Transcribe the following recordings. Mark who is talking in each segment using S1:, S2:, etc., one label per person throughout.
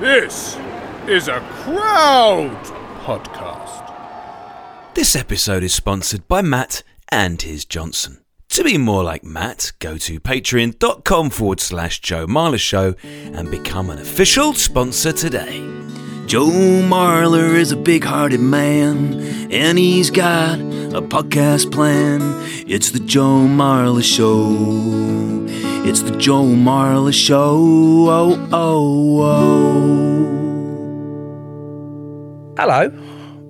S1: This is a crowd podcast.
S2: This episode is sponsored by Matt and his Johnson. To be more like Matt, go to patreon.com forward slash Joe Marler Show and become an official sponsor today.
S3: Joe Marler is a big hearted man, and he's got a podcast plan. It's the Joe Marler Show. It's the Joe Marler Show. Oh, oh, oh.
S4: Hello,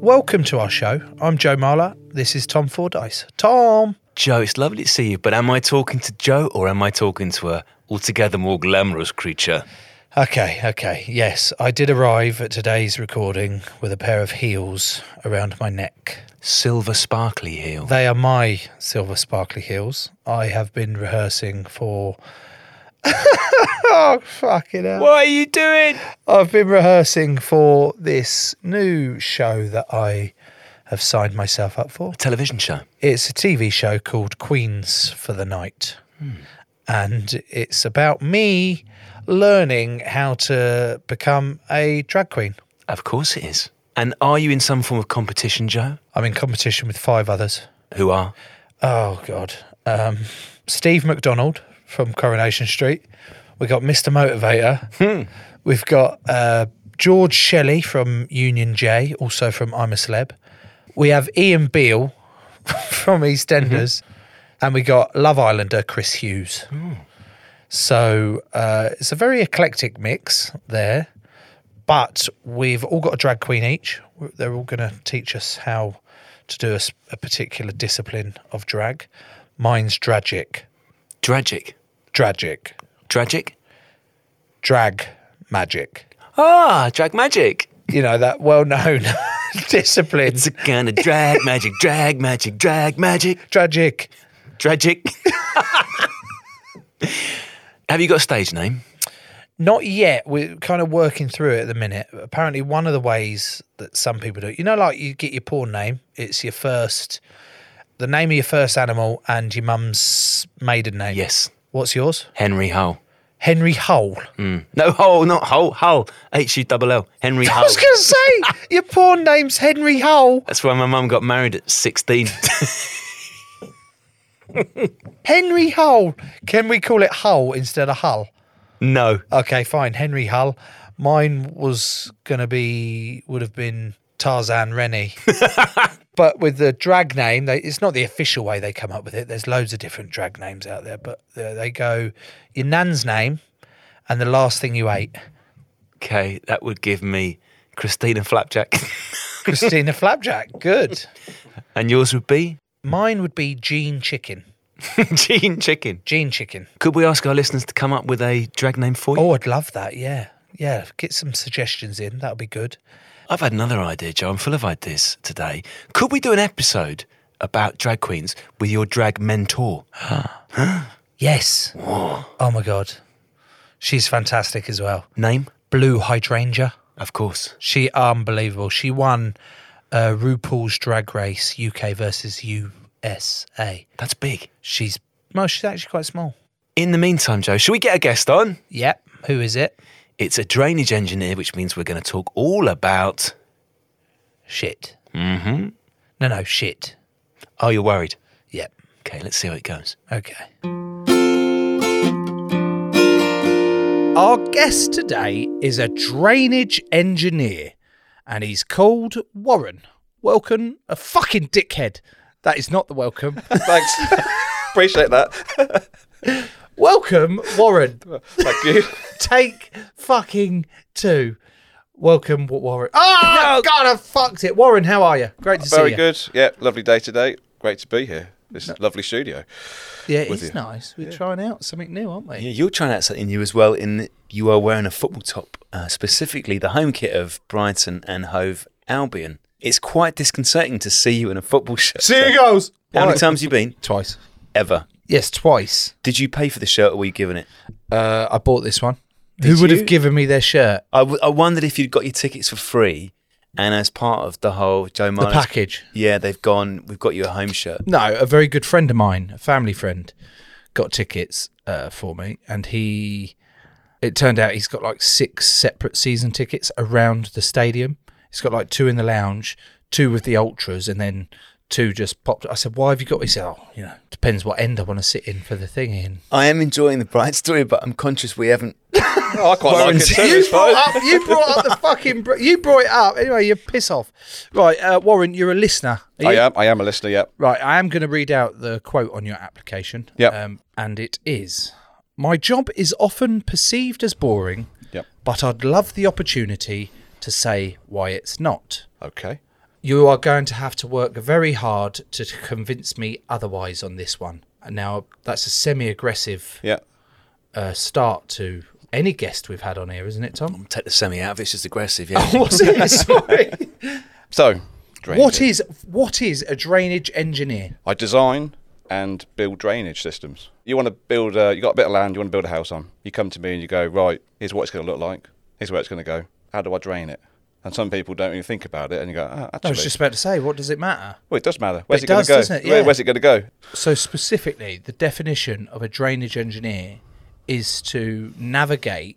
S4: welcome to our show. I'm Joe Marler. This is Tom Fordyce. Tom,
S5: Joe, it's lovely to see you, but am I talking to Joe or am I talking to a altogether more glamorous creature?
S4: Okay, okay. Yes, I did arrive at today's recording with a pair of heels around my neck.
S5: Silver sparkly heel.
S4: They are my silver sparkly heels. I have been rehearsing for. oh, fucking hell.
S5: What are you doing?
S4: I've been rehearsing for this new show that I have signed myself up for.
S5: Television show.
S4: It's a TV show called Queens for the Night. And it's about me learning how to become a drag queen.
S5: Of course it is. And are you in some form of competition, Joe?
S4: I'm in competition with five others.
S5: Who are?
S4: Oh, God. Um, Steve McDonald from Coronation Street. We've got Mr. Motivator. We've got uh, George Shelley from Union J, also from I'm a Celeb. We have Ian Beale from EastEnders. And we got Love Islander Chris Hughes. So uh, it's a very eclectic mix there. But we've all got a drag queen each. We're- They're all going to teach us how to do a, s- a particular discipline of drag. Mine's dragic.
S5: Tragic.
S4: Dragic.
S5: Tragic?
S4: Drag magic.
S5: Ah, drag magic.
S4: You know, that well known discipline.
S5: It's a kind of drag magic, drag magic, drag magic,
S4: Dragic.
S5: tragic. Have you got a stage name?
S4: Not yet. We're kind of working through it at the minute. Apparently, one of the ways that some people do it, you know, like you get your porn name, it's your first, the name of your first animal and your mum's maiden name.
S5: Yes.
S4: What's yours?
S5: Henry Hull. Hmm.
S4: Henry Hole.
S5: No, Hull, not Hull. Hull. H U double L. Henry
S4: I
S5: Hull.
S4: was going to say, your porn name's Henry Hole.
S5: That's why my mum got married at 16.
S4: Henry Hole. Can we call it Hull instead of Hull?
S5: no.
S4: Okay, fine. Henry Hull. Mine was going to be, would have been Tarzan Rennie. but with the drag name, they, it's not the official way they come up with it. There's loads of different drag names out there, but they, they go your nan's name and the last thing you ate.
S5: Okay, that would give me Christina Flapjack.
S4: Christina Flapjack. Good.
S5: and yours would be
S4: Mine would be Jean Chicken.
S5: Jean Chicken.
S4: Jean Chicken.
S5: Could we ask our listeners to come up with a drag name for you?
S4: Oh, I'd love that. Yeah. Yeah. Get some suggestions in. That would be good.
S5: I've had another idea, Joe. I'm full of ideas today. Could we do an episode about drag queens with your drag mentor?
S4: Yes. Oh, my God. She's fantastic as well.
S5: Name?
S4: Blue Hydrangea.
S5: Of course.
S4: She unbelievable. She won uh, RuPaul's Drag Race UK versus USA.
S5: That's big.
S4: She's well, she's actually quite small.
S5: In the meantime, Joe, shall we get a guest on?
S4: Yep. Who is it?
S5: It's a drainage engineer, which means we're going to talk all about.
S4: Shit. Mm-hmm. No, no, shit.
S5: Are you worried?
S4: Yep.
S5: Okay, let's see how it goes.
S4: Okay. Our guest today is a drainage engineer, and he's called Warren. Welcome, a fucking dickhead. That is not the welcome.
S6: Thanks. Appreciate that.
S4: welcome, Warren.
S6: Thank you.
S4: Take fucking two. Welcome, Wa- Warren. Oh, God, I fucked it. Warren, how are you? Great to
S6: Very
S4: see you.
S6: good. Yeah, lovely day today. Great to be here. This lovely studio.
S4: Yeah, it's nice. We're trying out something new, aren't we?
S5: Yeah, you're trying out something new as well. In that you are wearing a football top, uh, specifically the home kit of Brighton and Hove Albion. It's quite disconcerting to see you in a football shirt.
S4: Seagulls.
S5: How many times you been?
S4: Twice.
S5: Ever?
S4: Yes, twice.
S5: Did you pay for the shirt or were you given it?
S4: Uh, I bought this one. Who would
S5: you?
S4: have given me their shirt?
S5: I, w- I wondered if you'd got your tickets for free, and as part of the whole Joe
S4: The
S5: Myers.
S4: package.
S5: Yeah, they've gone. We've got you a home shirt.
S4: No, a very good friend of mine, a family friend, got tickets uh, for me, and he It turned out he's got like six separate season tickets around the stadium. He's got like two in the lounge, two with the ultras, and then two just popped. I said, "Why have you got?" He said, "Oh, you know, depends what end I want to sit in for the thing in."
S5: I am enjoying the bright story, but I'm conscious we haven't.
S6: Oh, I quite like it. too, I
S4: you
S6: suppose.
S4: brought up. You brought up the fucking. Br- you brought it up. Anyway, you piss off. Right, uh, Warren, you're a listener. Are you?
S6: I am. I am a listener. Yeah.
S4: Right, I am going to read out the quote on your application.
S6: Yep.
S4: Um, and it is My job is often perceived as boring,
S6: Yep.
S4: but I'd love the opportunity to say why it's not.
S6: Okay.
S4: You are going to have to work very hard to convince me otherwise on this one. And now, that's a semi aggressive
S6: Yeah.
S4: uh, start to any guest we've had on here, isn't it, Tom?
S5: Take the semi out of it, it's just aggressive, yeah.
S4: What's it? Sorry.
S6: So, drainage.
S4: what, is, what is a drainage engineer?
S6: I design and build drainage systems. You want to build. A, you got a bit of land. You want to build a house on. You come to me and you go, right. Here's what it's going to look like. Here's where it's going to go. How do I drain it? And some people don't even think about it, and you go, ah,
S4: I
S6: actually,
S4: was just about to say, what does it matter?
S6: well, it does matter. Where's
S4: It
S6: it, going
S4: does,
S6: to go?
S4: doesn't it?
S6: Where-
S4: Yeah.
S6: Where's it going to go?
S4: So specifically, the definition of a drainage engineer is to navigate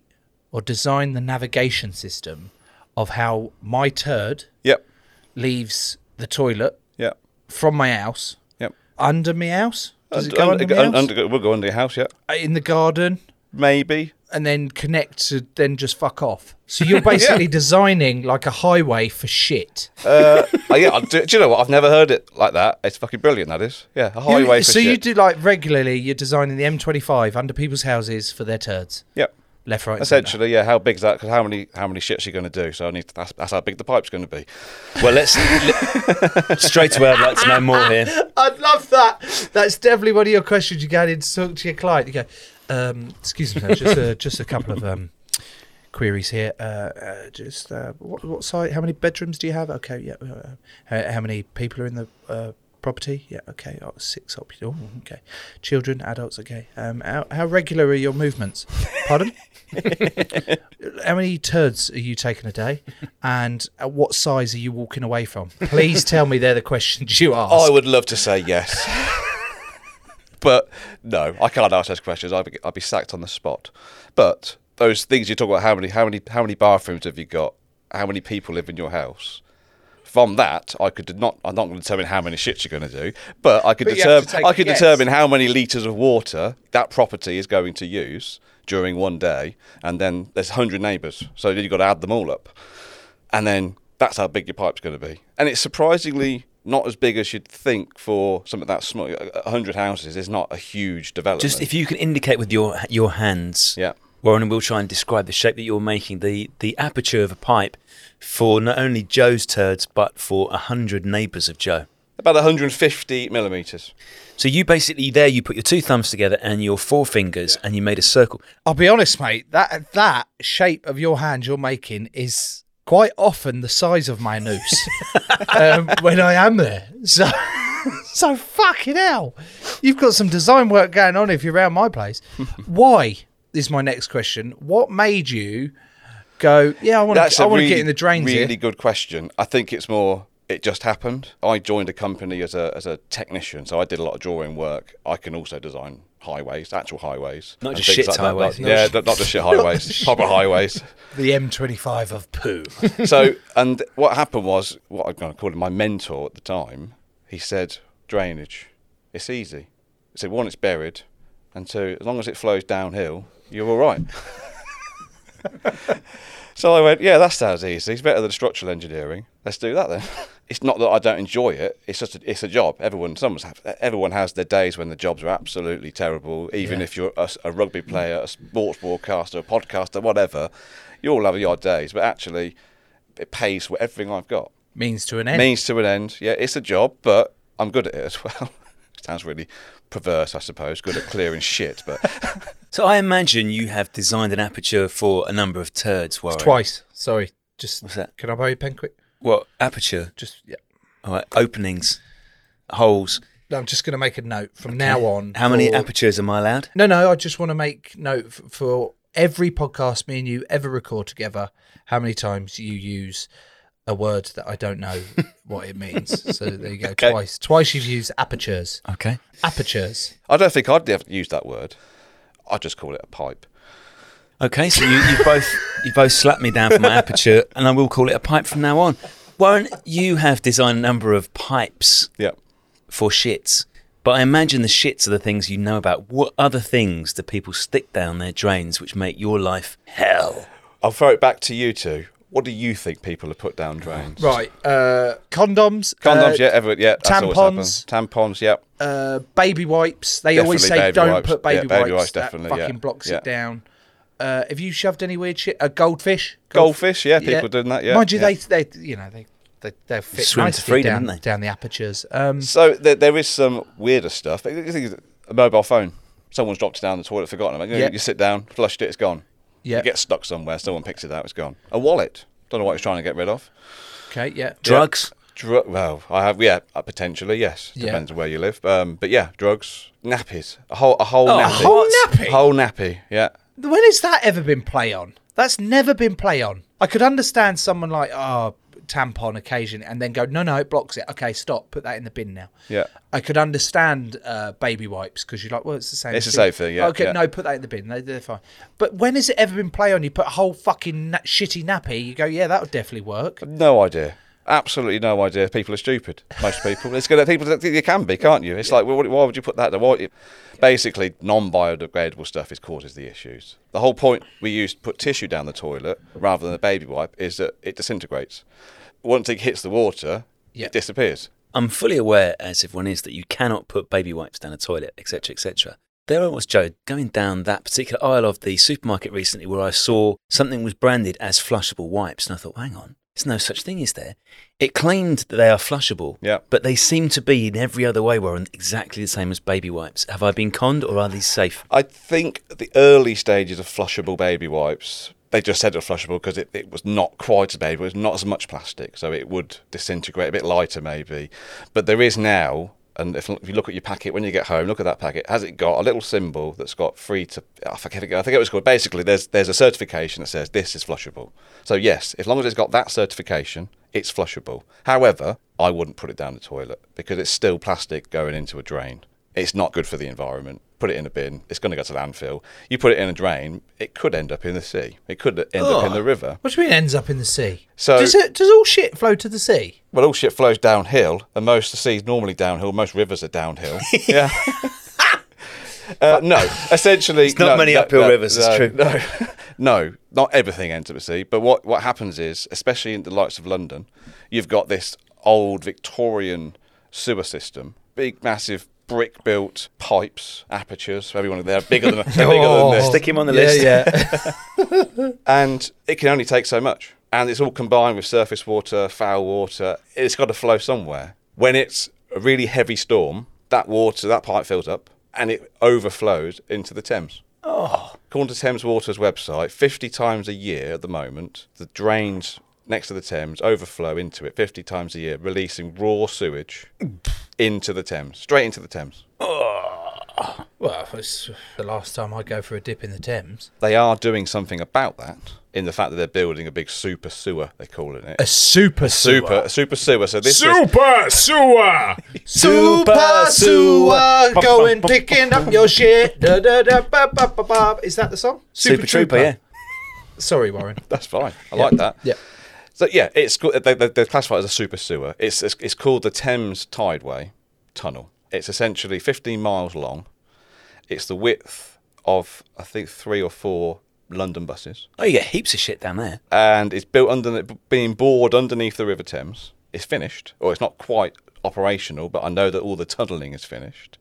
S4: or design the navigation system of how my turd
S6: Yep.
S4: leaves the toilet
S6: Yep.
S4: from my house,
S6: Yep.
S4: under my house. Does it
S6: Und-
S4: go
S6: und-
S4: under, my
S6: un-
S4: house? Uh,
S6: under- we'll go under your house, yeah.
S4: in the garden,
S6: Maybe.
S4: and then connect to then just fuck off. So you're basically designing like a highway for shit.
S6: Uh, oh, yeah. I'll do, do you know what? I've never heard it like that. It's fucking brilliant. That is. Yeah. A highway
S4: You-
S6: for
S4: so you
S6: shit.
S4: do like regularly. You're designing the M25 under people's houses for their turds,
S6: Yep.
S4: left, right, and centre.
S6: Essentially, yeah. How big is that? Because how many how many shits are you going to do? So I need to, that's that's how big the pipe's going to be.
S5: Well, let's le- straight away. I'd like to know more here.
S4: I'd love that. That's definitely one of your questions you get in to talk to your client. You go, um, excuse me, sir, just a, just a couple of um, queries here. Uh, uh, just uh, what, what size? How many bedrooms do you have? Okay, yeah. Uh, how, how many people are in the uh, property? Yeah, okay. Oh, six. op- Oh, okay. Children, adults. Okay. Um, how, how regular are your movements? Pardon? how many turds are you taking a day? And at what size are you walking away from? Please tell me they're the questions you ask.
S6: Oh, I would love to say yes, but no, I can't ask those questions. I'd be, I'd be sacked on the spot. But those things you talk about how many how many how many bathrooms have you got? How many people live in your house? From that, I could not. I'm not going to determine how many shits you're going to do, but I could
S4: But you have to
S6: determine.
S4: take
S6: I
S4: a
S6: could
S4: guess.
S6: determine how many liters of water that property is going to use during one day, and then there's 100 neighbours, so then you've got to add them all up and then that's how big your pipe's going to be. And it's surprisingly not as big as you'd think for something that small. A hundred houses is not a huge development.
S5: Just if you can indicate with your your hands,
S6: Yeah.
S5: Warren, and we'll try and describe the shape that you're making, the the aperture of a pipe for not only Joe's turds but for a hundred neighbours of Joe.
S6: about 150 millimeters.
S5: So you basically there you put your two thumbs together and your four fingers and you made a circle.
S4: I'll be honest, mate. That that shape of your hand you're making is quite often the size of my noose um, when I am there. So, so fucking hell, you've got some design work going on if you're around my place. Why is my next question? What made you go? Yeah, I want
S6: That's
S4: to. I
S6: a
S4: want to
S6: really,
S4: get in the drains
S6: Really
S4: here.
S6: good question. I think it's more. It just happened. I joined a company as a as a technician, so I did a lot of drawing work. I can also design highways, actual highways,
S5: Not
S6: and
S5: just
S6: things
S5: shit
S6: like that.
S5: highways.
S6: Not- yeah, not, not just shit highways, proper highways.
S4: The M25 of poo.
S6: so, and what happened was, what I'm going to call him my mentor at the time, he said, drainage, it's easy. He said, one, it's buried, and two, as long as it flows downhill, you're all right. so I went, yeah, that sounds easy. It's better than structural engineering. Let's do that then. It's not that I don't enjoy it. It's just a, it's a job. Everyone, someone's have, everyone has their days when the jobs are absolutely terrible. Even if you're a, s- a rugby player, a sports broadcaster, a podcaster, whatever, you all have your days. But actually, it pays for everything I've got.
S4: Means to an end.
S6: Means to an end. Yeah, it's a job, but I'm good at it as well. Sounds really perverse, I suppose. Good at clearing shit, but
S5: So I imagine you have designed an aperture for a number of turds, Warren.
S4: Twice. Sorry. Just.
S5: What's that?
S4: Can I borrow your pen quick?
S5: Well, aperture.
S4: Just yeah.
S5: All right, openings, holes.
S4: No, I'm just going to make a note from now on.
S5: How many
S4: for-
S5: apertures am I allowed?
S4: No, no, I just want to make note f- for every podcast me and you ever record together, how many times you use a word that I don't know what it means. So there you go, twice. Twice you've used apertures.
S5: Okay.
S4: Apertures.
S6: I don't think I'd have used that word. I'd just call it a pipe.
S5: Okay, so you, you both you both slapped me down for my aperture, and I will call it a pipe from now on. Warren, you have designed a number of pipes
S6: Yeah.
S5: for shits, but I imagine the shits are the things you know about. What other things do people stick down their drains which make your life hell?
S6: I'll throw it back to you two. What do you think people have put down drains?
S4: Right. Uh, condoms.
S6: Condoms,
S4: uh,
S6: yeah, ever, yeah. That's always happened.
S4: tampons.
S6: Tampons, yeah.
S4: Uh, baby wipes. They always
S6: Definitely
S4: say
S6: baby
S4: don't
S6: wipes.
S4: put baby,
S6: Yeah, baby
S4: wipes.
S6: wipes,
S4: That
S6: definitely,
S4: fucking
S6: yeah.
S4: blocks
S6: Yeah.
S4: it down. Uh, have you shoved any weird shit? A goldfish.
S6: Goldfish, yeah, people doing that, yeah,
S4: Mind you,
S6: yeah.
S4: they they you know they they they fit
S5: Swim to
S4: nicely
S5: freedom,
S4: down,
S5: don't they?
S4: down the apertures. Um,
S6: So there, there is some weirder stuff. The thing is, A mobile phone. Someone's dropped it down the toilet, forgotten it. You, know,
S4: Yeah.
S6: you sit down, flushed it, it's gone.
S4: yeah.
S6: It gets stuck somewhere, someone picks it out, it's gone. A wallet. Don't know what he's trying to get rid of.
S4: Okay. Yeah.
S5: Drugs?
S6: Dru- well, I have, yeah, uh, potentially, yes.
S4: Yeah.
S6: Depends on where you live. Um, but yeah, drugs, nappies, a whole, a whole
S5: Oh, a
S6: nappy,
S5: whole
S4: nappy?
S6: whole nappy, yeah.
S4: When has that ever been play on? That's never been play on. I could understand someone like, oh, tampon occasion, and then go, no, no, it blocks it. Okay, stop. Put that in the bin now.
S6: Yeah.
S4: I could understand uh, baby wipes because you're like, well, it's the same.
S6: It's the same thing, yeah,
S4: Okay,
S6: yeah.
S4: no, put that in the bin. They, they're fine. But when has it ever been play on? You put a whole fucking na- shitty nappy. You go, yeah, that would definitely work.
S6: No idea. Absolutely no idea. People are stupid. Most people. It's gonna people. You can be, can't you? It's like, well, what- why would you put that? There? Why? Basically, non-biodegradable stuff is causes the issues. The whole point we use to put tissue down the toilet rather than a baby wipe is that it disintegrates. Once it hits the water,
S4: Yeah.
S6: it disappears.
S5: I'm fully aware, as everyone is, that you cannot put baby wipes down a toilet, etc., etc. There I was, Joe, going down that particular aisle of the supermarket recently where I saw something was branded as flushable wipes, and I thought, hang on, there's no such thing, is there? It claimed that they are flushable,
S6: Yeah.
S5: but they seem to be in every other way, Warren, exactly the same as baby wipes. Have I been conned, or are these safe?
S6: I think at the early stages of flushable baby wipes, they just said it was flushable because it, it was not quite a baby, it was not as much plastic, so it would disintegrate a bit lighter maybe. But there is now, and if, if you look at your packet when you get home, look at that packet, has it got a little symbol that's got free to, I forget, it- I think it was called, basically there's, there's a certification that says this is flushable. So yes, as long as it's got that certification, it's flushable. However, I wouldn't put it down the toilet because it's still plastic going into a drain. It's not good for the environment. Put it in a bin. It's going to go to landfill. You put it in a drain. It could end up in the sea. It could end up in the river.
S4: What do you mean ends up in the sea?
S6: So-
S4: does, it, does all shit flow to the sea?
S6: Well, all shit flows downhill, and most of the sea's normally downhill. Most rivers are downhill. yeah. Uh, no, essentially,
S5: not
S6: no,
S5: many
S6: no,
S5: uphill
S6: no,
S5: rivers, it's
S6: no,
S5: true.
S6: No, no, not everything ends up at sea. But what what happens is, especially in the lights of London, you've got this old Victorian sewer system, big, massive brick-built pipes, apertures. Everyone they're bigger than they're bigger than this.
S5: Oh, Stick him on the list.
S4: Oh, yeah.
S6: and it can only take so much. And it's all combined with surface water, foul water. It's got to flow somewhere. When it's a really heavy storm, that water, that pipe fills up and it overflows into the Thames. Oh. According to Thames Water's website, 50 times a year at the moment, the drains next to the Thames overflow into it 50 times a year, releasing raw sewage into the Thames, straight into the Thames.
S4: well, it's the last time I go for a dip in the Thames.
S6: They are doing something about that in the fact that they're building a big super sewer, they're calling it.
S4: A super
S6: Super, super sewer. So this is
S1: Super sewer!
S4: Super sewer,
S1: Bum,
S4: going
S1: bum,
S4: picking up your shit. Da, da, da, ba, ba, ba, ba. Is that the song?
S5: Super, Trooper, yeah.
S4: Sorry, Warren.
S6: that's fine. I like that.
S4: Yeah.
S6: So yeah, it's co- they, they, they're classified as a super sewer. It's, it's it's called the Thames Tideway Tunnel. It's essentially 15 miles long. It's the width of I think three or four London buses,
S5: Oh, you get heaps of shit down there.
S6: and it's built under being bored underneath the River Thames. It's finished, or it's not quite operational, but I know that all the tunnelling is finished.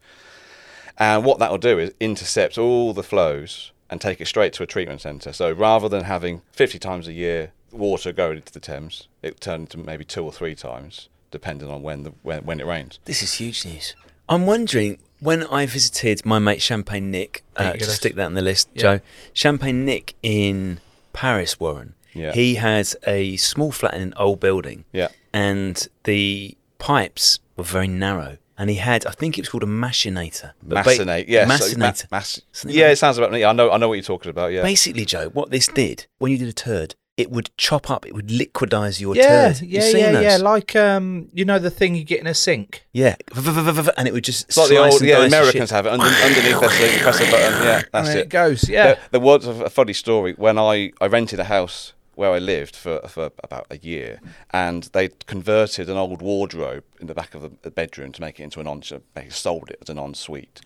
S6: And what that'll do is intercept all the flows and take it straight to a treatment centre. So rather than having 50 times a year water going into the Thames, it turned into maybe two or three times, depending on when the, when, when it rains.
S5: This is huge news. I'm wondering when I visited my mate Champagne Nick. Uh, just stick that on the list, Joe. Champagne Nick in Paris, Warren.
S6: Yeah.
S5: He has a small flat in an old building.
S6: Yeah.
S5: And the pipes were very narrow. And he had, I think it was called a machinator. But ba-
S6: Massinate, yes. so ma-
S5: Machinator.
S6: mass-
S5: Something
S6: yeah,
S5: like
S6: it sounds about me. I know, I know what you're talking about. Yeah.
S5: Basically, Joe, what this did when you did a turd, it would chop up, it would liquidize your
S4: yeah,
S5: turd.
S4: yeah,
S5: You've seen
S4: yeah,
S5: those?
S4: yeah. Like um, you know the thing you get in a sink.
S5: Yeah, and it would just
S6: It's like the
S5: slice
S6: old
S5: and
S6: yeah, the
S5: dice the
S6: Americans
S5: shit.
S6: have it under, underneath their sleeve, you press a button. Yeah,
S4: And
S6: that's
S4: there
S6: it.
S4: goes. Yeah.
S6: There, there was a, a funny story when I, I rented a house where I lived for, for about a year, and they converted an old wardrobe in the back of the- the bedroom to make it into an en. They sold it as an ensuite.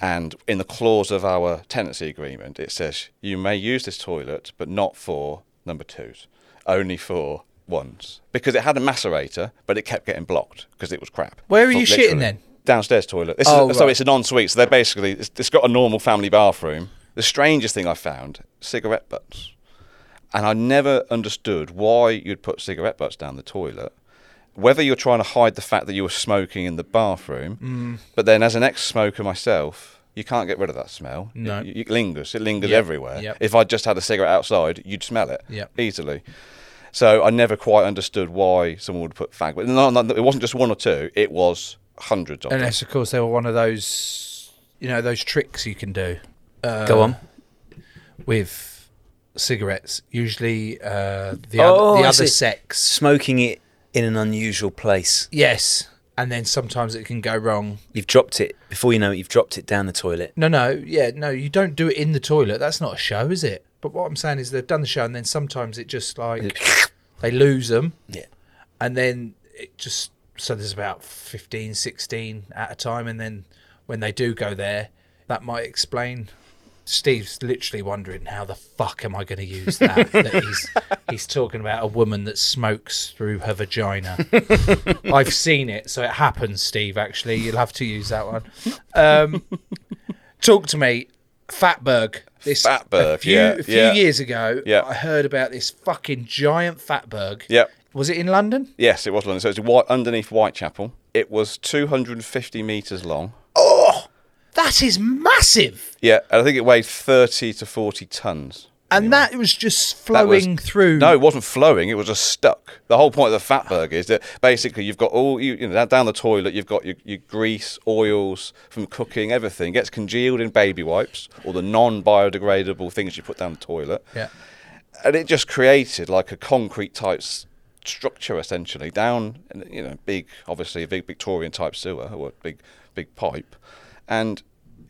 S6: And in the clause of our tenancy agreement, it says you may use this toilet, but not for number twos, only for ones, because it had a macerator, but it kept getting blocked because it was crap.
S4: Where are you
S6: Literally.
S4: shitting then?
S6: Downstairs toilet. This
S4: Oh,
S6: is, So
S4: right.
S6: it's an ensuite. So they're basically it's, it's got a normal family bathroom. The strangest thing I found: cigarette butts. And I never understood why you'd put cigarette butts down the toilet. Whether you're trying to hide the fact that you were smoking in the bathroom,
S4: Mm.
S6: but then as an ex-smoker myself, you can't get rid of that smell.
S4: No.
S6: It, it lingers. It lingers
S4: Yep.
S6: everywhere.
S4: Yep.
S6: If I just had a cigarette outside, you'd smell it
S4: Yep.
S6: easily. So I never quite understood why someone would put fag. But no, no, it wasn't just one or two. It was hundreds of them.
S4: Unless, of course, they were one of those, you know, those tricks you can do. Uh,
S5: Go on.
S4: With cigarettes, usually uh, the
S5: Oh,
S4: other, the
S5: I
S4: other
S5: see.
S4: sex.
S5: Smoking it in an unusual place.
S4: Yes, and then sometimes it can go wrong.
S5: You've dropped it before you know it. You've dropped it down the toilet.
S4: No, no, yeah, no. You don't do it in the toilet. That's not a show, is it? But what I'm saying is they've done the show, and then sometimes it just like they lose them.
S5: Yeah.
S4: and then it just so there's about 15 16 at a time and then when they do go there that might explain steve's literally wondering how the fuck am i going to use that, that he's, he's talking about a woman that smokes through her vagina i've seen it so it happens steve actually you'll have to use that one um, talk to me fatberg this a
S6: Fatberg,
S4: few,
S6: yeah,
S4: a few
S6: yeah.
S4: years ago
S6: Yeah.
S4: i heard about this fucking giant fatberg
S6: Yep.
S4: was it in london
S6: Yes, it was London. So it's white, underneath Whitechapel. It was 250 metres long.
S4: That is massive.
S6: Yeah, and I think it weighed 30 to 40 tons.
S4: And that was just
S6: That was-
S4: flowing through.
S6: No, it wasn't flowing. It was just stuck. The whole point of the fatberg is that basically you've got all you, you know down- down the toilet. You've got your, your grease, oils from cooking, everything gets congealed in baby wipes or the non-biodegradable things you put down the toilet.
S4: Yeah.
S6: and it just created like a concrete type s- structure essentially down in, you know big obviously a big victorian type sewer or a big big pipe and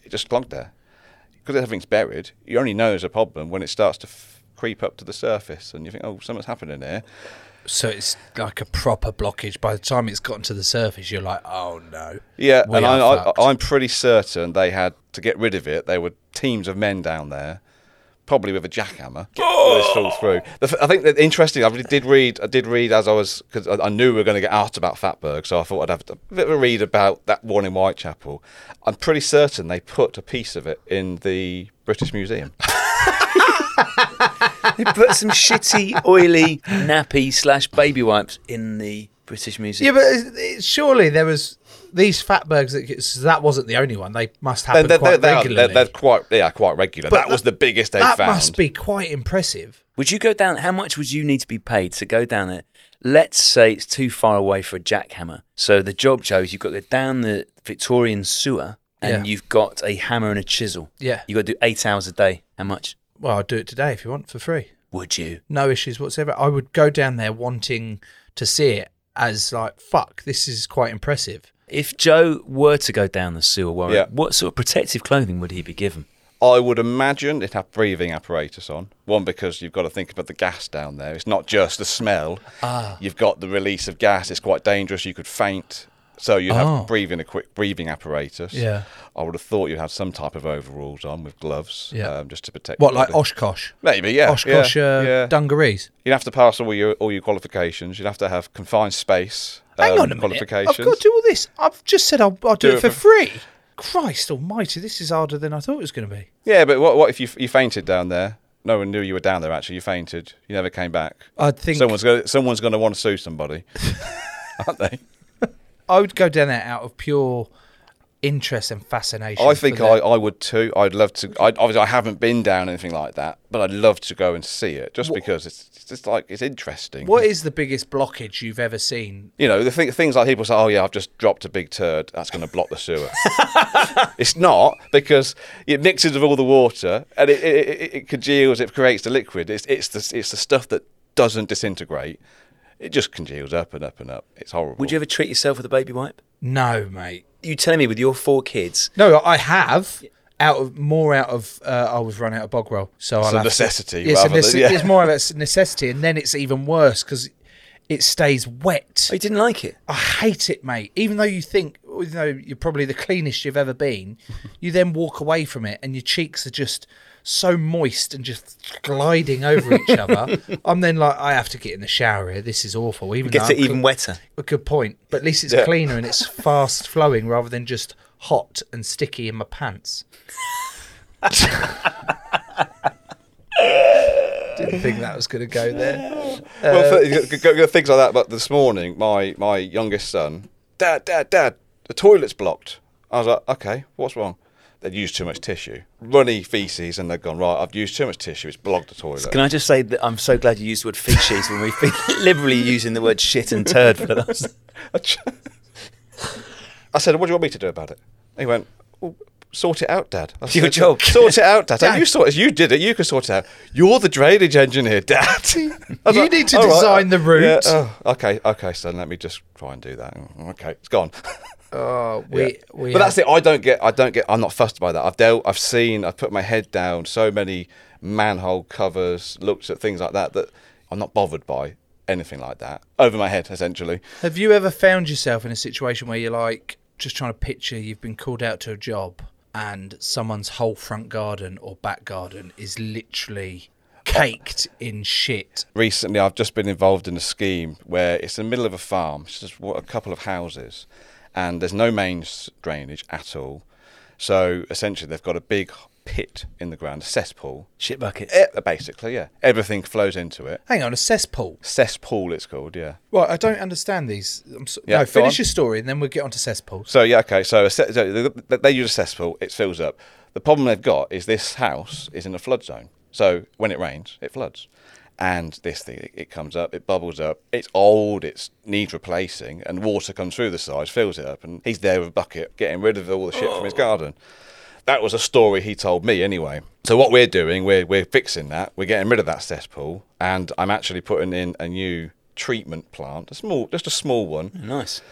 S6: it just clunked there because everything's buried you only know there's a problem when it starts to f- creep up to the surface and you think oh something's happening here
S4: So it's like a proper blockage. By the time it's gotten to the surface, you're like, oh no.
S6: yeah
S4: We
S6: and I,
S4: are
S6: I,
S4: fucked.
S6: i'm pretty certain they had to get rid of it there were teams of men down there probably with a jackhammer get this all through. The, f- I think that interesting. I really did read. I did read as I was because I, I knew we were going to get asked about Fatberg, so I thought I'd have a bit of a read about that one in Whitechapel. I'm pretty certain they put a piece of it in the British Museum.
S5: They put some shitty, oily nappy slash baby wipes in the British Museum.
S4: Yeah, but it, it, surely there was these fatbergs that get- so that wasn't the only one. They must happen
S6: And they're,
S4: quite
S6: they're, they're,
S4: regularly.
S6: they're, they're quite yeah quite regular.
S4: But
S6: that, was the biggest they
S4: that
S6: found.
S4: must be quite impressive.
S5: Would you go down? How much would you need to be paid to go down there? Let's say it's too far away for a jackhammer. So the job, Joe, is you've got to go down the Victorian sewer and
S4: Yeah.
S5: you've got a hammer and a chisel.
S4: Yeah.
S5: You've got to do eight hours a day. How much
S4: Well, I'd do it today if you want for free.
S5: would you?
S4: No issues whatsoever. I would go down there wanting to see it as like, fuck, this is quite impressive.
S5: If Joe were to go down the sewer, Warren,
S6: Yeah.
S5: what sort of protective clothing would he be given?
S6: I would imagine it'd have breathing apparatus on. One, because you've got to think about the gas down there. It's not just the smell.
S4: Ah.
S6: You've got the release of gas. It's quite dangerous. You could faint. So you'd have
S4: Oh.
S6: breathing a quick breathing apparatus.
S4: Yeah.
S6: I would have thought you'd have some type of overalls on with gloves.
S4: Yeah.
S6: Um, just to protect.
S4: What,
S6: your
S4: like
S6: body.
S4: Oshkosh?
S6: Maybe, yeah.
S4: Oshkosh
S6: yeah,
S4: uh,
S6: yeah.
S4: dungarees?
S6: You'd have to pass all your all your qualifications. You'd have to have confined space.
S4: Hang
S6: um,
S4: on a minute. I've
S6: qualifications.
S4: got to do all this. I've just said I'll, I'll do, it
S6: Do it
S4: for
S6: for-
S4: free. Christ almighty, this is harder than I thought it was going to be.
S6: Yeah, but what, what if you, you fainted down there? No one knew you were down there. Actually, you fainted. You never came back.
S4: I think
S6: someone's going. Someone's going to want to sue somebody, aren't they?
S4: I would go down there out of pure interest and fascination.
S6: I
S4: for
S6: think
S4: the-
S6: I, I would too. I'd love to. I, obviously, I haven't been down anything like that, but I'd love to go and see it just because it's it's just like it's interesting.
S4: What is the biggest blockage you've ever seen?
S6: You know, the thing, things like people say, "Oh yeah, I've just dropped a big turd. That's going to block the sewer." it's not because it mixes with all the water and it it, it, it congeals. It creates the liquid. It's it's the it's the stuff that doesn't disintegrate. It just congeals up and up and up. It's horrible.
S5: Would you ever treat yourself with a baby wipe?
S4: No, mate.
S5: You telling me with your four kids,
S4: No, I have out of more out of uh, I was run out of bog roll, so I'll
S6: a
S4: have to-
S6: necessity
S4: It's, a
S6: rather than-
S4: nece-
S6: yeah.
S4: it's more of a necessity, and then it's even worse because it stays wet.
S5: oh, you didn't like it.
S4: I hate it, mate. Even though you think, even though you're probably the cleanest you've ever been, you then walk away from it and your cheeks are just so moist and just gliding over each other. I'm then like, I have to get in the shower here. This is awful. Even
S5: It gets
S4: though
S5: it
S4: I'm
S6: Uh-huh.
S5: even
S4: cl-
S5: wetter.
S4: A good point, but at least it's
S6: Yeah.
S4: cleaner and it's fast flowing rather than just hot and sticky in my pants. Didn't think that was going to go there.
S6: Well, th- g- g- g- things like that. But this morning, my my youngest son, Dad, Dad, Dad, the toilet's blocked. I was like, okay, what's wrong? They'd used too much tissue. Runny feces, and they've gone right. I've used too much tissue. It's blocked the toilet.
S5: Can I just say that I'm so glad you used the word feces when we've been liberally using the word shit and turd for the last.
S6: I said, what do you want me to do about it? He went, well, sort it out, Dad. I
S5: Your
S6: said,
S5: job.
S6: Sort it out, Dad. You sort it. You did it. You can sort it out. You're the drainage engineer, Dad. you
S4: You need to design the route.
S6: oh, okay, okay, son. Let me just try and do that. Mm, Okay, it's gone.
S4: Oh, we, we
S6: but that's it. I don't get. I don't get. I'm not fussed by that. I've dealt. I've seen. I've put my head down. So many manhole covers. Looked at things like that. That I'm not bothered by anything like that. Over my head, essentially.
S4: Have you ever found yourself in a situation where you're like just trying to picture you've been called out to a job and someone's whole front garden or back garden is literally caked in shit?
S6: recently I've just been involved in a scheme where it's in the middle of a farm, it's just what, a couple of houses, and there's no mains drainage at all. So essentially, they've got a big pit in the ground, a cesspool.
S5: Shit buckets.
S6: Eh, Basically, yeah. Everything flows into it.
S4: Hang on, a cesspool.
S6: Cesspool, it's called, yeah.
S4: Right, I don't understand these. I'm so-
S6: Yeah,
S4: no,
S6: go
S4: finish
S6: on.
S4: your story and then we'll get on to cesspools.
S6: So yeah, okay. So, a se- so th- th- they use a cesspool. It fills up. The problem they've got is this house is in a flood zone. So when it rains, it floods, and this thing it, it comes up, it bubbles up. It's old. It's needs replacing, and water comes through the sides, fills it up, and he's there with a bucket getting rid of all the shit from his garden. That was a story he told me anyway. So what we're doing, we're we're fixing that. We're getting rid of that cesspool, and I'm actually putting in a new treatment plant, a small, just a small one
S5: Nice.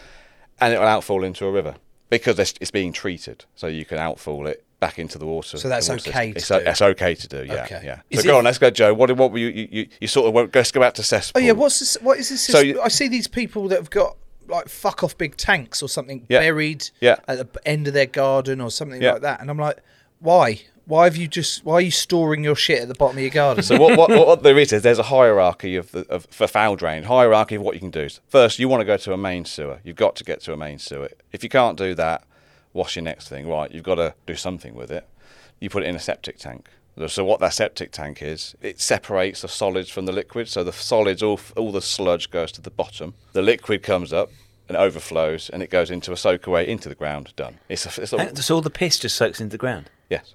S6: and it will outfall into a river because it's, it's being treated. So you can outfall it back into the water.
S4: So that's
S6: The water
S4: okay
S6: system.
S4: to
S6: it's, o-
S4: do?
S6: it's okay to do. Yeah,
S4: Okay.
S6: yeah.
S5: Is
S6: so
S5: it-
S6: go on, let's go, Joe. What what were you you, you, you sort of went, let's go back to cesspool.
S4: Oh, yeah, what's this? What is this?
S6: So you-
S4: I see these people that have got like fuck off big tanks or something
S6: Yeah.
S4: buried
S6: Yeah.
S4: at the b- end of their garden or something
S6: Yeah.
S4: like that. And I'm like, why? Why have you just, why are you storing your shit at the bottom of your garden?
S6: So what, what, what there is is there's a hierarchy of, the, of for foul drain hierarchy of what you can do. First, you want to go to a main sewer. You've got to get to a main sewer. If you can't do that, what's your next thing? Right, you've got to do something with it. You put it in a septic tank. So what that septic tank is, it separates the solids from the liquid. So the solids, all all the sludge goes to the bottom. The liquid comes up and overflows, and it goes into a soakaway into the ground. Done. It's a, it's a,
S5: Just all the piss just soaks into the ground.
S6: yes.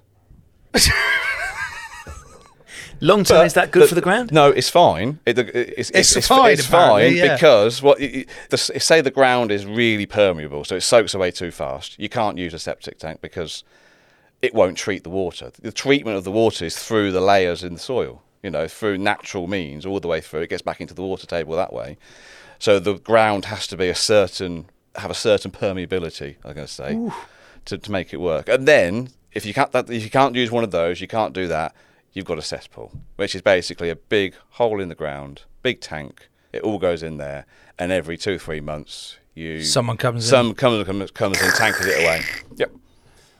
S5: Long term, is that good
S6: But
S5: for the ground?
S6: No, it's fine. It- it- it's,
S4: It's fine,
S6: It's fine
S4: apparently, yeah.
S6: because what y- y- the, s- say the ground is really permeable, so it soaks away too fast. You can't use a septic tank because it won't treat the water. The treatment of the water is through the layers in the soil. You know, through natural means, all the way through. It gets back into the water table that way. So the ground has to be a certain have a certain permeability. I'm going to say to, to make it work. And then if you can't that, if you can't use one of those, you can't do that. You've got a cesspool, which is basically a big hole in the ground, big tank. It all goes in there, and every two three months you
S4: Someone comes in.
S6: some comes comes comes and tankers it away. Yep.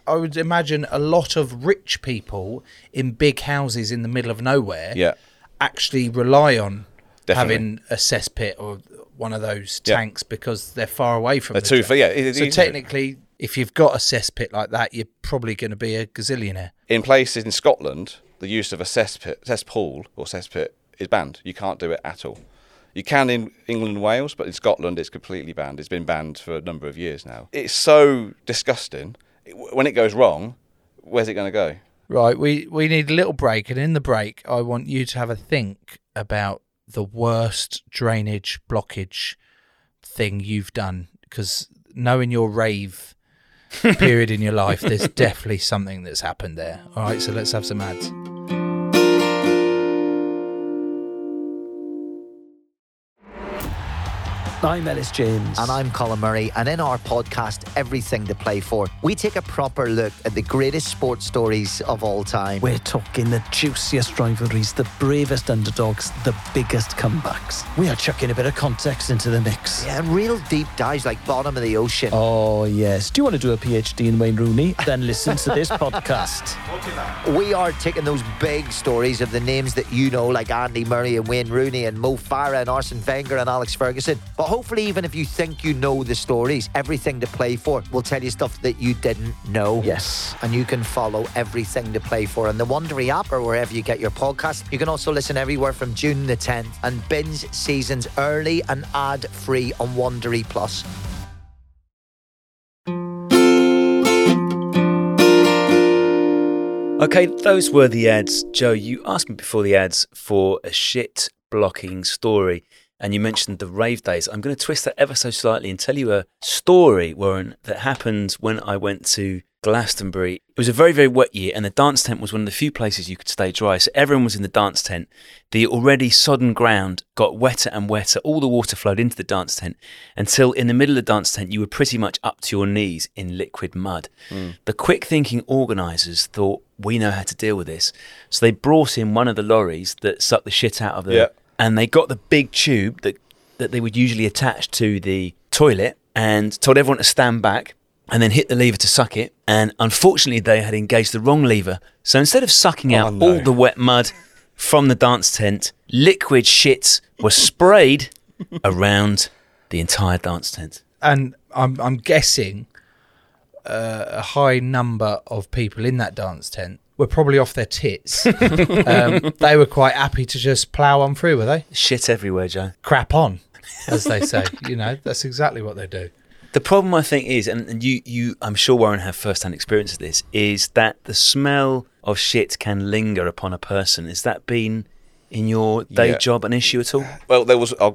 S4: I would imagine a lot of rich people in big houses in the middle of nowhere
S6: Yeah.
S4: actually rely on
S6: Definitely.
S4: having a cesspit or one of those
S6: Yeah.
S4: tanks because they're far away from
S6: They're
S4: the
S6: too
S4: dra-
S6: far- yeah, it-
S4: so
S6: it-
S4: technically, if you've got a cesspit like that, you're probably going to be a gazillionaire.
S6: In places in Scotland, the use of a cesspit, cesspool or cesspit is banned. You can't do it at all. You can in England and Wales, but in Scotland it's completely banned. It's been banned for a number of years now. It's so disgusting. w- when it goes wrong, where's it going to go?
S7: Right, we, we need a little break, and in the break, I want you to have a think about the worst drainage blockage thing you've done. Because knowing your rave period in your life, there's definitely something that's happened there. All right, so let's have some ads.
S8: I'm Ellis James.
S9: And I'm Colin Murray, and in our podcast, Everything to Play For, we take a proper look at the greatest sports stories of all time.
S8: We're talking the juiciest rivalries, the bravest underdogs, the biggest comebacks. We are chucking a bit of context into the mix.
S9: Yeah, real deep dives like bottom of the ocean.
S8: Oh, yes. Do you want to do a PhD in Wayne Rooney? Then listen to this podcast.
S9: We are taking those big stories of the names that you know, like Andy Murray and Wayne Rooney and Mo Farah and Arsene Wenger and Alex Ferguson. But hopefully, even if you think you know the stories, everything to play for will tell you stuff that you didn't know.
S8: Yes.
S9: And you can follow everything to play for on the Wondery app or wherever you get your podcast. You can also listen everywhere from June the 10th and binge seasons early and ad free on Wondery Plus.
S5: Okay, those were the ads. Joe, you asked me before the ads for a shit blocking story, and you mentioned the rave days. I'm going to twist that ever so slightly and tell you a story, Warren, that happened when I went to Glastonbury. It was a very, very wet year, and the dance tent was one of the few places you could stay dry. So everyone was in the dance tent. The already sodden ground got wetter and wetter. All the water flowed into the dance tent until in the middle of the dance tent, you were pretty much up to your knees in liquid mud. The quick thinking organisers thought, we know how to deal with this. So they brought in one of the lorries that sucked the shit out of the.
S6: Yeah.
S5: And they got the big tube that, that they would usually attach to the toilet and told everyone to stand back and then hit the lever to suck it. And unfortunately, they had engaged the wrong lever. So instead of sucking out
S6: Oh, no.
S5: all the wet mud from the dance tent, liquid shit was sprayed around the entire dance tent.
S7: And I'm, I'm guessing uh, a high number of people in that dance tent were probably off their tits. um, they were quite happy to just plough on through, were they?
S5: Shit everywhere, Joe.
S7: crap on, as they say. you know, that's exactly what they do.
S5: The problem I think is, and, and you, you, I'm sure Warren have first-hand experience of this, is that the smell of shit can linger upon a person. Has that been in your day
S6: Yeah.
S5: job an issue at all?
S6: Well, there was uh,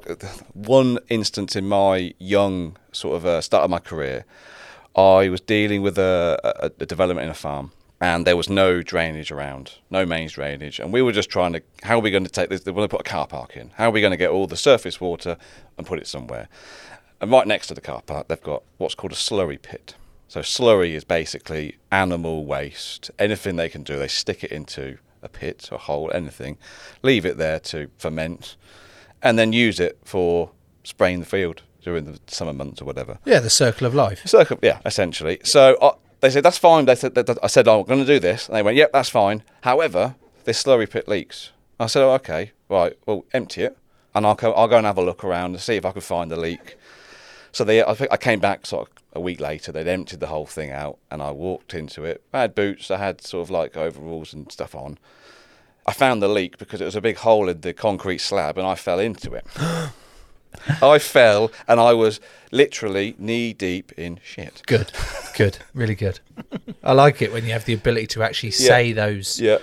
S6: one instance in my young sort of uh, start of my career. I was dealing with a, a, a development in a farm, and there was no drainage around, no mains drainage, and we were just trying to how are we going to take this? They want to put a car park in. How are we going to get all the surface water and put it somewhere? And right next to the car park, they've got what's called a slurry pit. So slurry is basically animal waste. Anything they can do, they stick it into a pit, a hole, anything, leave it there to ferment, and then use it for spraying the field during the summer months or whatever.
S7: Yeah, the circle of life.
S6: Circum- yeah, essentially. So I, they said that's fine. They said that, that- I said "Oh, I'm going to do this, and they went, "Yep, that's fine." However, this slurry pit leaks. I said, "Oh, okay, right. Well, empty it, and I'll go. I'll go and have a look around and see if I can find the leak." So they, I think I came back sort of a week later. They'd emptied the whole thing out, and I walked into it. I had boots. I had sort of like overalls and stuff on. I found the leak because it was a big hole in the concrete slab, and I fell into it. I fell, and I was literally knee deep in shit.
S7: Good, good, really good. I like it when you have the ability to actually say those
S6: Yeah.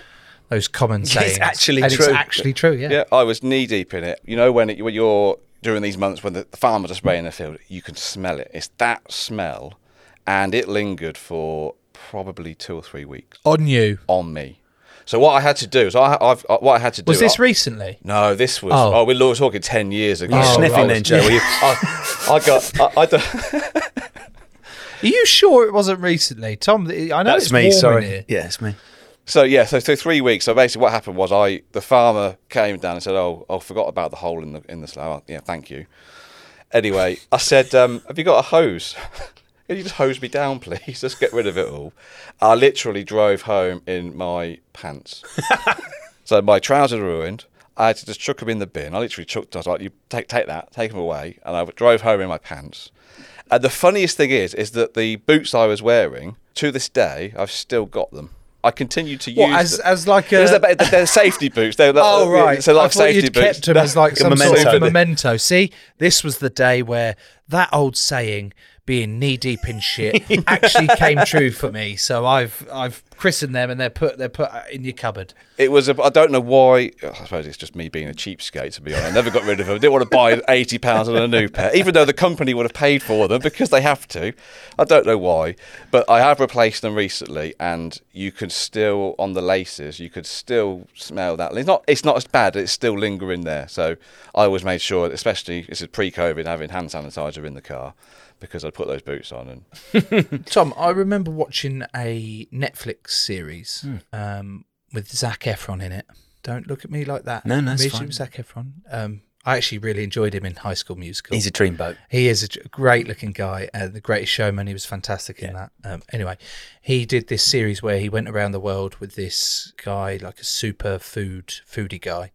S7: those common sayings.
S5: actually
S7: and
S5: true.
S7: It's actually true. Yeah.
S6: Yeah, I was knee deep in it. You know when it, when you're during these months when the, the farmers are spraying the field, you can smell it. It's that smell, and it lingered for probably two or three weeks
S7: On you.
S6: on me. So what I had to do is I I've, uh, what I had to do
S7: Was this
S6: I-
S7: recently?
S6: no, this was
S7: Oh.
S6: oh, we we're talking ten years ago.
S5: You're
S7: Oh,
S5: sniffing
S7: right.
S5: then, Joe. were you?
S6: I, I got I, I don't-
S7: Are you sure it wasn't recently, Tom? th- I know
S5: That's
S7: it's
S5: me,
S7: warm in
S5: sorry.
S7: here.
S5: Yeah, it's me.
S6: So yeah, so so three weeks. So basically, what happened was I the farmer came down and said, "Oh, I forgot about the hole in the in the slough. Yeah, thank you." Anyway, I said, um, "Have you got a hose? Can you just hose me down, please? Just get rid of it all." I literally drove home in my pants. so my trousers were ruined. I had to just chuck them in the bin. I literally chucked. I was like, "You take take that, take them away," and I drove home in my pants. And the funniest thing is, is that the boots I was wearing to this day, I've still got them. I continue to
S7: What,
S6: use
S7: as-
S6: them.
S7: as like
S6: Because
S7: a-
S6: they're, ba- they're safety boots. They're like,
S7: Oh right,
S6: so
S7: I
S6: like
S7: thought
S6: safety
S7: you'd
S6: boots.
S7: kept him as like some
S5: memento.
S7: sort of
S5: Souvenir.
S7: memento. See, this was the day where that old saying
S4: being knee deep in shit actually came true for me. So I've I've christened them, and they're put they're put uh, in your cupboard.
S6: It was. A, I don't know why. I suppose it's just me being a cheapskate. To be honest, I never got rid of them. Didn't want to buy eighty pounds on a new pair, even though the company would have paid for them because they have to. I don't know why, but I have replaced them recently, and you can still on the laces. You could still smell that. It's not. It's not as bad. It's still lingering there. So I always made sure, especially this is pre-COVID, having hand sanitizer in the car because I'd put those boots on and
S4: Tom, I remember watching a Netflix series
S5: Hmm.
S4: um, with Zach Efron in it. Don't look at me like that.
S5: No, no, it's
S4: Imagine
S5: fine.
S4: Zac Efron. Um, I actually really enjoyed him in High School Musical.
S5: He's a dreamboat.
S4: He is a j- great looking guy, uh, the greatest showman. He was fantastic in that. Um, anyway, he did this series where he went around the world with this guy, like a super food foodie guy,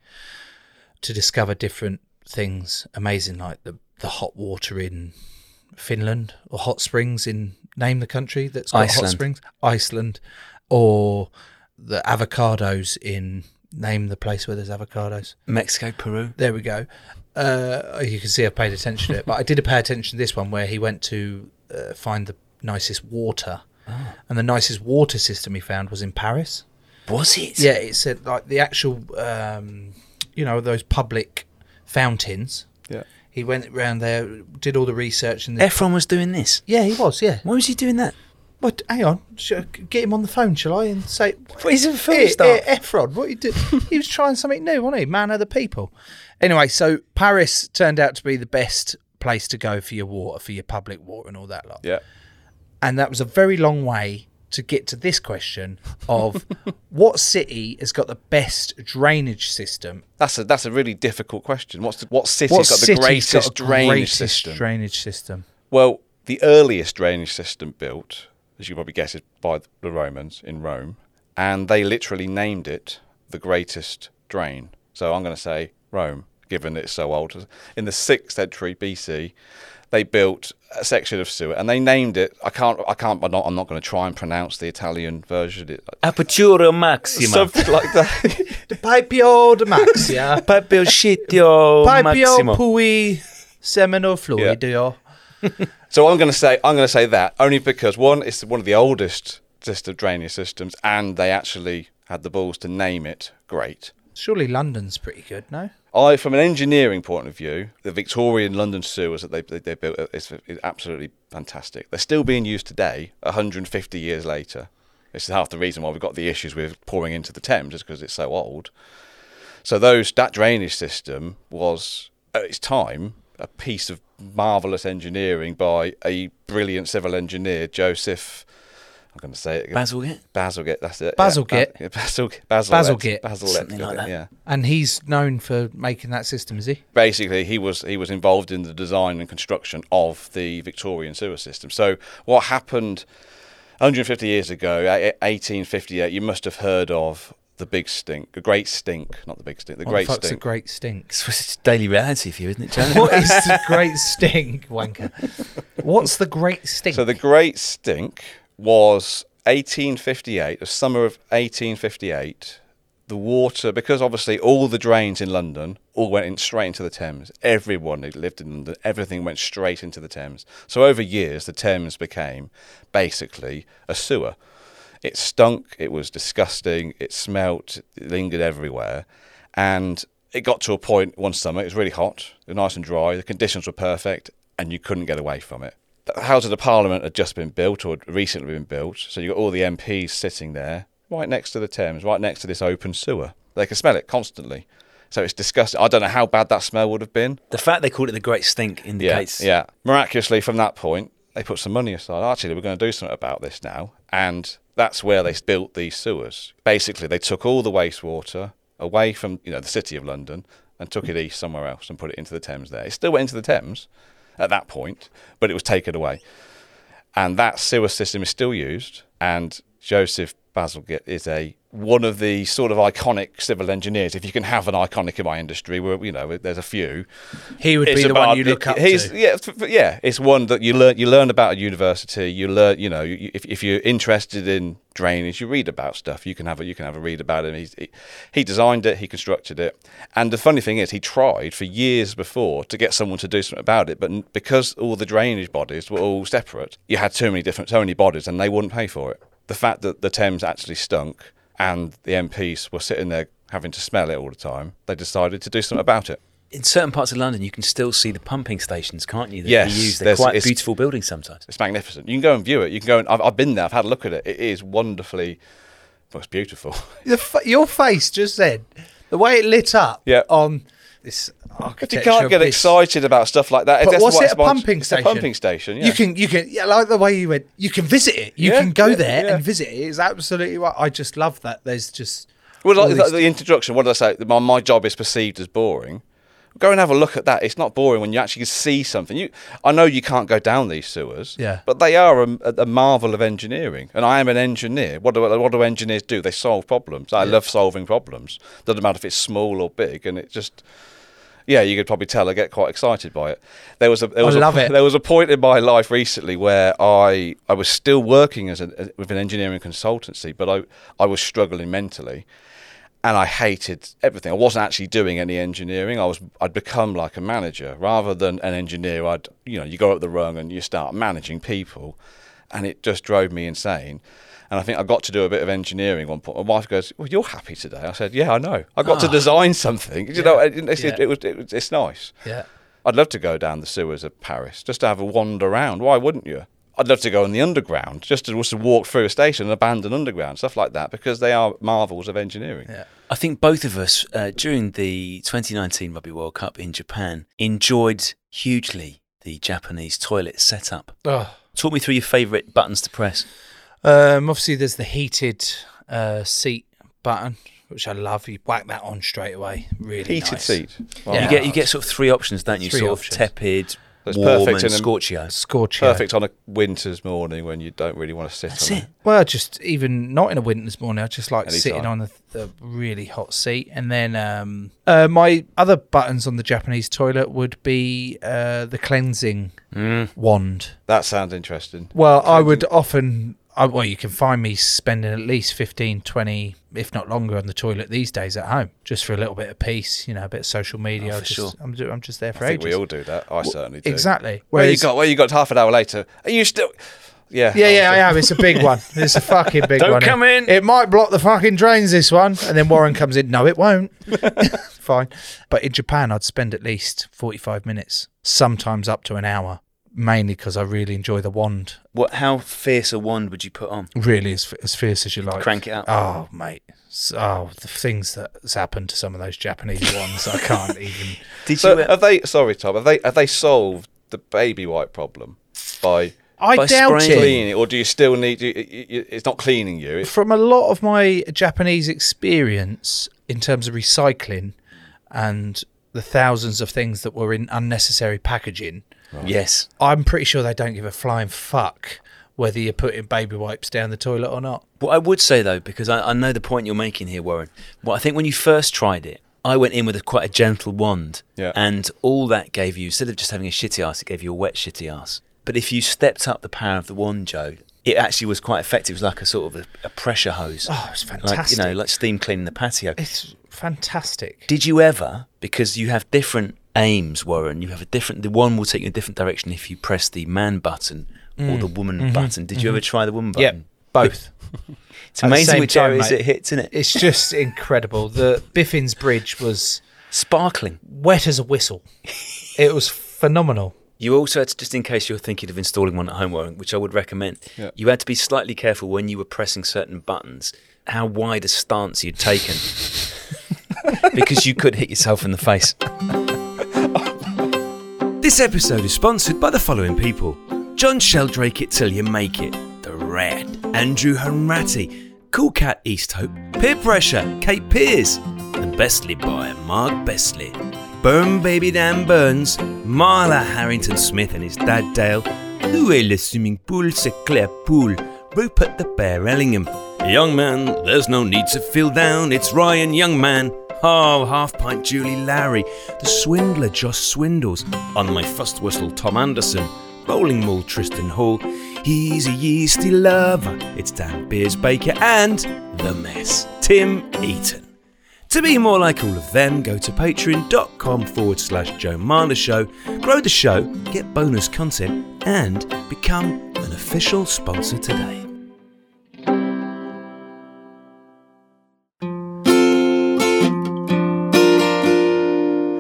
S4: to discover different things amazing, like the, the hot water in Finland or hot springs in name the country that's got hot
S5: Iceland.
S4: springs, Iceland, or the avocados in name the place where there's avocados.
S5: Mexico, Peru.
S4: There we go. Uh, you can see I've paid attention to it, but I did pay attention to this one where he went to uh, find the nicest water, and the nicest water system he found was in Paris.
S5: Was it?
S4: Yeah, it said like the actual, um, you know, those public fountains.
S6: yeah.
S4: He went round there, did all the research, and the,
S5: Efron was doing this.
S4: yeah, he was. Yeah.
S5: Why was he doing that?
S4: What? Hang on. Shall I get him on the phone, shall I? And say,
S5: he's a film
S4: Eh,
S5: star."
S4: eh, Efron, what you do? he was trying something new, wasn't he? Man of the people. Anyway, so Paris turned out to be the best place to go for your water, for your public water, and all that lot.
S6: Yeah.
S4: And that was a very long way to get to this question of what city has got the best drainage system?
S6: That's a that's a really difficult question. What's the, what city's
S4: What
S6: got the
S4: city's got
S6: greatest
S4: a
S6: drainage
S4: greatest
S6: system?
S4: Drainage system.
S6: well, the earliest drainage system built, as you probably guess, is by the Romans in Rome, and they literally named it the greatest drain. So I'm going to say Rome, given it's so old. In the sixth century BC, they built a section of sewer, and they named it. I can't. I can't. I'm not. I'm not going to try and pronounce the Italian version. It,
S5: Apertura maxima.
S6: something like that.
S4: The Pipio de Max, yeah.
S5: Papel shitio
S4: Pipio
S5: maximo.
S4: Pui Semino Fluidio.
S6: So I'm going to say I'm going to say that only because one, it's one of the oldest system drainage systems, and they actually had the balls to name it great.
S4: Surely London's pretty good, no?
S6: I, from an engineering point of view, the Victorian London sewers that they they, they built is, is absolutely fantastic. They're still being used today, 150 years later. This is half the reason why we've got the issues with pouring into the Thames, is because it's so old. So those that drainage system was, at its time, a piece of marvelous engineering by a brilliant civil engineer, Joseph. I'm going to say it. again.
S5: Basilgate.
S6: Basilgate, that's it.
S4: Bazalgette.
S6: Yeah, Basil,
S4: Bazalgette.
S6: Basilgette.
S5: Something like that.
S6: Yeah
S4: And he's known for making that system, is he?
S6: basically he was he was involved in the design and construction of the Victorian sewer system. So what happened 150 years ago, a- a- 1858, you must have heard of the big stink, the great stink, not the big stink, the
S4: What
S6: great
S4: Oh, the fuck's
S6: stink.
S4: a great stink?
S5: It's- It's daily reality for you, isn't it, Charlie?
S4: What is the great stink, wanker? What's the great stink?
S6: so the great stink was 1858, the summer of 1858. The water, because obviously all the drains in London all went in straight into the Thames. Everyone who lived in London, everything went straight into the Thames. So over years, the Thames became basically a sewer. It stunk, it was disgusting, it smelt, it lingered everywhere. And it got to a point one summer, it was really hot, it was nice and dry, the conditions were perfect, and you couldn't get away from it. The Houses of Parliament had just been built or had recently been built, so you got all the MPs sitting there right next to the Thames, right next to this open sewer. They can smell it constantly. So it's disgusting. I don't know how bad that smell would have been.
S5: the fact they called it the Great Stink
S6: Yeah,
S5: indicates.
S6: yeah. Miraculously, from that point, they put some money aside. Actually, we're going to do something about this now, and that's where they built these sewers. Basically, they took all the wastewater away from you know the city of London and took it east somewhere else and put it into the Thames. There, it still went into the Thames at that point, but it was taken away, and that sewer system is still used. And Joseph Bazalgette is a one of the sort of iconic civil engineers. If you can have an iconic in my industry, where you know there's a few.
S4: He would
S6: It's
S4: be the
S6: about-
S4: one you look up
S6: he's,
S4: to.
S6: Yeah, f- f- yeah, it's one that you learn. You learn about at university. You learn, you know, you, if, if you're interested in drainage, you read about stuff. You can have a, you can have a read about him. He's, he, he designed it. He constructed it. And the funny thing is, he tried for years before to get someone to do something about it, but n- because all the drainage bodies were all separate, you had too many different, so many bodies, and they wouldn't pay for it. The fact that the Thames actually stunk and the MPs were sitting there having to smell it all the time, they decided to do something about it.
S5: In certain parts of London, you can still see the pumping stations, can't you? That
S6: Yes,
S5: they use. They're
S6: there's-
S5: quite
S6: it's-
S5: beautiful buildings sometimes.
S6: It's magnificent. You can go and view it. You can go and I've, I've been there. I've had a look at it. It is wonderfully. Well, it's beautiful.
S4: The fa- your face just then, the way it lit up
S6: Yeah.
S4: on this
S6: But
S4: architecture.
S6: you can't get excited about stuff like that.
S4: But
S6: That's
S4: what's
S6: why
S4: it?
S6: it's
S4: A
S6: mon-
S4: pumping
S6: it's
S4: station.
S6: A pumping station. Yeah.
S4: You can, you can, yeah, like the way you went. You can visit it. You
S6: Yeah,
S4: can go
S6: yeah,
S4: there
S6: yeah.
S4: and visit it. It's absolutely right. I just love that. There's just
S6: Well,
S4: all
S6: like,
S4: these-
S6: the introduction. What did I say? My, my job is perceived as boring. Go and have a look at that. It's not boring when you actually see something. You, I know you can't go down these sewers.
S4: Yeah.
S6: But they are a, a marvel of engineering, and I am an engineer. What do what do engineers do? They solve problems. I love solving problems. Doesn't matter if it's small or big, and it just. Yeah, you could probably tell I get quite excited by it. There was a there
S4: I
S6: was a-
S4: love it.
S6: There was a point in my life recently where I I was still working as, a, with an engineering consultancy, but I I was struggling mentally, and I hated everything. I wasn't actually doing any engineering. I was I'd become like a manager rather than an engineer. I'd you know you go up the rung and you start managing people, and it just drove me insane. And I think I got to do a bit of engineering one point. My wife goes, "Well, you're happy today." I said, "Yeah, I know. I got to design something. You know, it, it's- it,
S4: Ah. Yeah.
S6: it was it, was- it's nice.
S4: yeah.
S6: I'd love to go down the sewers of Paris just to have a wander around. Why wouldn't you? I'd love to go in the underground just to, just to walk through a station, an abandoned underground, stuff like that, because they are marvels of engineering.
S5: I think both of us uh, during the 2019 Rugby World Cup in Japan enjoyed hugely the Japanese toilet setup.
S4: Oh.
S5: Talk me through your favourite buttons to press.
S4: Um, obviously, there's the heated uh, seat button, which I love. You whack that on straight away. Really
S6: Heated
S4: nice.
S6: seat.
S4: Yeah.
S5: You get you get sort of three options, don't you?
S4: Three
S5: sort
S4: options.
S5: of tepid,
S6: That's
S5: warm, and
S6: perfect in a-
S5: scorchio.
S4: Scorchio.
S6: perfect on a winter's morning when you don't really want to sit
S5: That's
S6: on
S5: it.
S4: Well, just even not in a winter's morning, I just like
S6: Anytime.
S4: sitting on the, the really hot seat. And then um, uh, my other buttons on the Japanese toilet would be uh, the cleansing
S5: Mm.
S4: wand.
S6: That sounds interesting.
S4: Well, I would often, I, well, you can find me spending at least 15, 20, if not longer, on the toilet these days at home, just for a little bit of peace, you know, a bit of social media.
S5: Oh,
S4: I
S5: for
S4: just,
S5: sure.
S4: I'm, ju- I'm just there for
S6: I think
S4: ages.
S6: we all do that. I certainly do.
S4: Exactly.
S6: Where you
S4: Whereas-
S6: got? Where you got? Half an hour later. Are you still? Yeah.
S4: Yeah, yeah, I am. It's a big one. It's a fucking big
S5: Don't
S4: one.
S5: come in.
S4: It might block the fucking drains, this one. And then Warren comes in. No, it won't. Fine. But in Japan, I'd spend at least 45 minutes, sometimes up to an hour, mainly because I really enjoy the wand.
S5: What? How fierce a wand would you put on?
S4: Really, as, f- as fierce as you like.
S5: Crank it up.
S4: Oh, mate. S- Oh, the things that's happened to some of those Japanese ones, I can't even.
S5: Did
S6: So
S5: you? uh,
S6: have they? Sorry, Tom. Have they? Have they solved the baby wipe problem by
S4: I
S5: By
S4: doubt
S5: spraying.
S4: it.
S6: cleaning, or do you still need? You, you- you- it's not cleaning you. It's,
S4: from a lot of my Japanese experience in terms of recycling and the thousands of things that were in unnecessary packaging,
S6: uh,
S5: yes.
S4: I'm pretty sure they don't give a flying fuck whether you're putting baby wipes down the toilet or not.
S5: What I would say though, because I, I know the point you're making here, Warren. Well, I think when you first tried it, I went in with a, quite a gentle wand,
S6: Yeah.
S5: and all that gave you instead of just having a shitty ass, it gave you a wet shitty ass. But if you stepped up the power of the wand, Joe, it actually was quite effective. It was like a sort of a, a pressure hose,
S4: Oh, it's
S5: like you
S4: fantastic.
S5: know, like steam cleaning the patio.
S4: it's fantastic.
S5: Did you ever, because you have different aims, Warren, you have a different, the one will take you in a different direction if you press the man button or the woman button. Did you ever try the woman
S4: Mm. Mm-hmm. Yeah,
S5: button?
S4: both.
S5: It's
S4: At the
S5: amazing
S4: same
S5: which areas
S4: time, mate.
S5: it hits, isn't it?
S4: it's just incredible. The Biffin's Bridge was
S5: Sparkling.
S4: wet as a whistle. It was phenomenal.
S5: You also had to, just in case you're thinking of installing one at home, Warren, which I would recommend, you had to be slightly careful when you were pressing certain buttons, how wide a stance you'd taken, because you could hit yourself in the face.
S2: This episode is sponsored by the following people John Sheldrake It Till You Make It, The Red, Andrew Hanratty, Cool Cat Easthope, Peer Pressure, Kate Pierce, and Bestley by Mark Bestley, Burn Baby Dan Burns, Marla Harrington Smith and his dad Dale, Louis Le Swimming Pool, C'est Claire Pool, Rupert the Bear Ellingham,
S10: Young man, there's no need to feel down. It's Ryan, young man. Oh, half pint Julie Larry. The swindler Josh Swindles. On my first whistle, Tom Anderson. Bowling Mall Tristan Hall. He's a yeasty lover. It's Dan Beers Baker and The Mess, Tim Eaton. To be more like all of them, go to patreon.com forward slash Joe Marler Show, grow the show, get bonus content, and become an official sponsor today.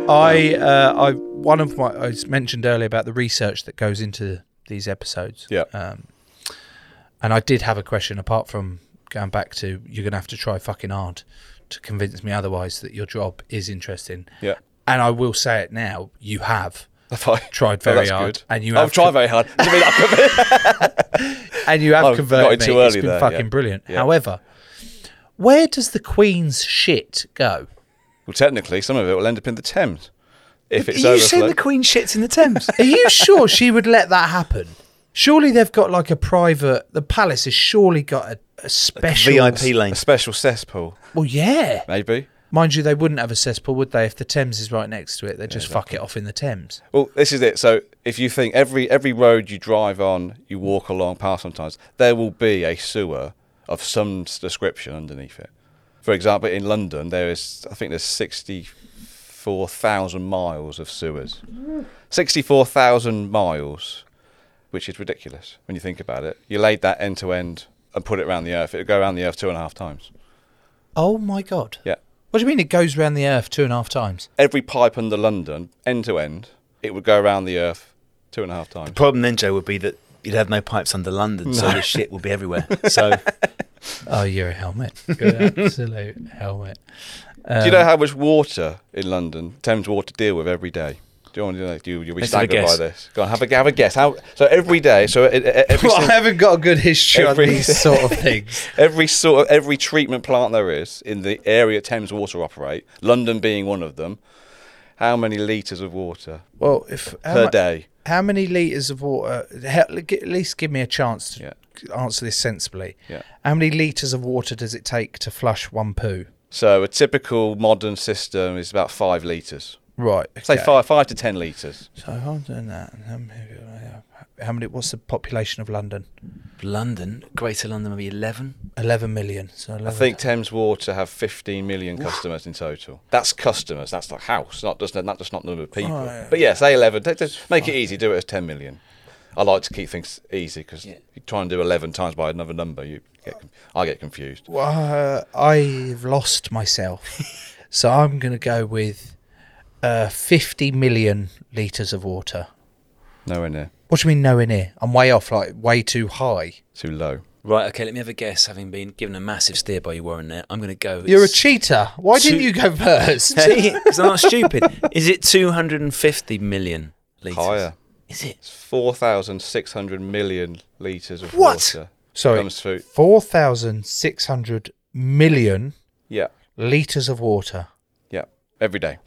S4: I, uh, I, one of my, I mentioned earlier about the research that goes into these episodes.
S6: Yeah.
S4: Um, and I did have a question apart from going back to you're going to have to try fucking hard to convince me otherwise that your job is interesting.
S6: Yeah.
S4: And I will say it now, you have.
S6: Have I
S4: Tried
S6: Oh,
S4: very
S6: that's
S4: hard,
S6: good.
S4: and you
S6: I've
S4: have to-
S6: tried very hard. You mean I've-
S4: and you have
S6: I've got
S4: converted me.
S6: in Oh, too
S4: it's
S6: early
S4: been
S6: there,
S4: fucking
S6: yeah.
S4: brilliant.
S6: Yeah.
S4: However, where does the Queen's shit go?
S6: well, technically, some of it will end up in the Thames if it's
S5: Are you
S6: overflow.
S5: saying the Queen shits in the Thames?
S4: Are you sure she would let that happen? Surely they've got like a private. The palace has surely got a, a special
S5: VIP lane.
S6: a special cesspool,
S4: Well, yeah.
S6: maybe.
S4: Mind you, they wouldn't have a cesspool, would they? If the Thames is right next to it, they just fuck it off in the Thames.
S6: Well, this is it. So if you think every every road you drive on, you walk along past sometimes, there will be a sewer of some s- description underneath it. For example, in London, there is I think there's sixty four thousand miles of sewers. Sixty four thousand miles, which is ridiculous when you think about it. You laid that end to end and put it around the Earth. It would go around the Earth two and a half times.
S4: Oh my god!
S6: Yeah.
S4: What do you mean it goes round the Earth two and a half times?
S6: Every pipe under London, end to end, it would go around the Earth two and a half times.
S5: The problem then, Joe, would be that you'd have no pipes under London, so the shit will be everywhere. So
S4: Oh, you're a helmet. You're an absolute helmet.
S6: Do you
S5: Um,
S6: know how much water in London Thames Water deal with every day? Do you want to know? Do you, you'll be
S5: Let's have a
S6: staggered by
S5: guess.
S6: this. Go on, have a have a guess. How so every day? So e- e- every
S4: Well, I
S6: sin-
S4: haven't got a good history on
S6: Every-
S4: these sort of things.
S6: every sort of every treatment plant there is in the area Thames Water operate, London being one of them. How many liters of water
S4: Well, if how
S6: per
S4: mu-
S6: day?
S4: How many litres of water? he- At least give me a chance to
S6: Yeah.
S4: answer this sensibly.
S6: Yeah.
S4: How many litres of water does it take to flush one poo?
S6: So a typical modern system is about five liters.
S4: Right.
S6: Say
S4: okay.
S6: five five to ten liters.
S4: So if I'm doing that, and how many- how many? What's the population of London?
S5: London, Greater London, maybe eleven.
S4: Eleven million. So 11,
S6: I think Thames Water have 15 million customers in total. That's customers. That's the house, not just not just not number of people.
S4: Right.
S6: But yeah, say 11. Don't- don't- Make it easy. Do it as 10 million. I like to keep things easy because you try and do 11 times by another number, you get con- I get confused.
S4: Well, uh, I've lost myself. so I'm going to go with uh, 50 million litres of water.
S6: Nowhere near.
S4: What do you mean nowhere near? I'm way off, like way too high.
S6: Too low.
S5: Right. Okay. Let me have a guess. Having been given a massive steer by you, Warren. There, I'm going to go.
S4: You're a cheater. Why didn't
S5: Two-
S4: you go first?
S5: Because I'm not stupid. Is it 250 million liters?
S6: Higher.
S5: Is it?
S6: It's 4,600 million litres of
S5: What?
S6: water.
S4: Sorry,
S6: Comes through.
S4: 4,600 million
S6: Yeah.
S4: litres of water.
S6: Yeah. Every day.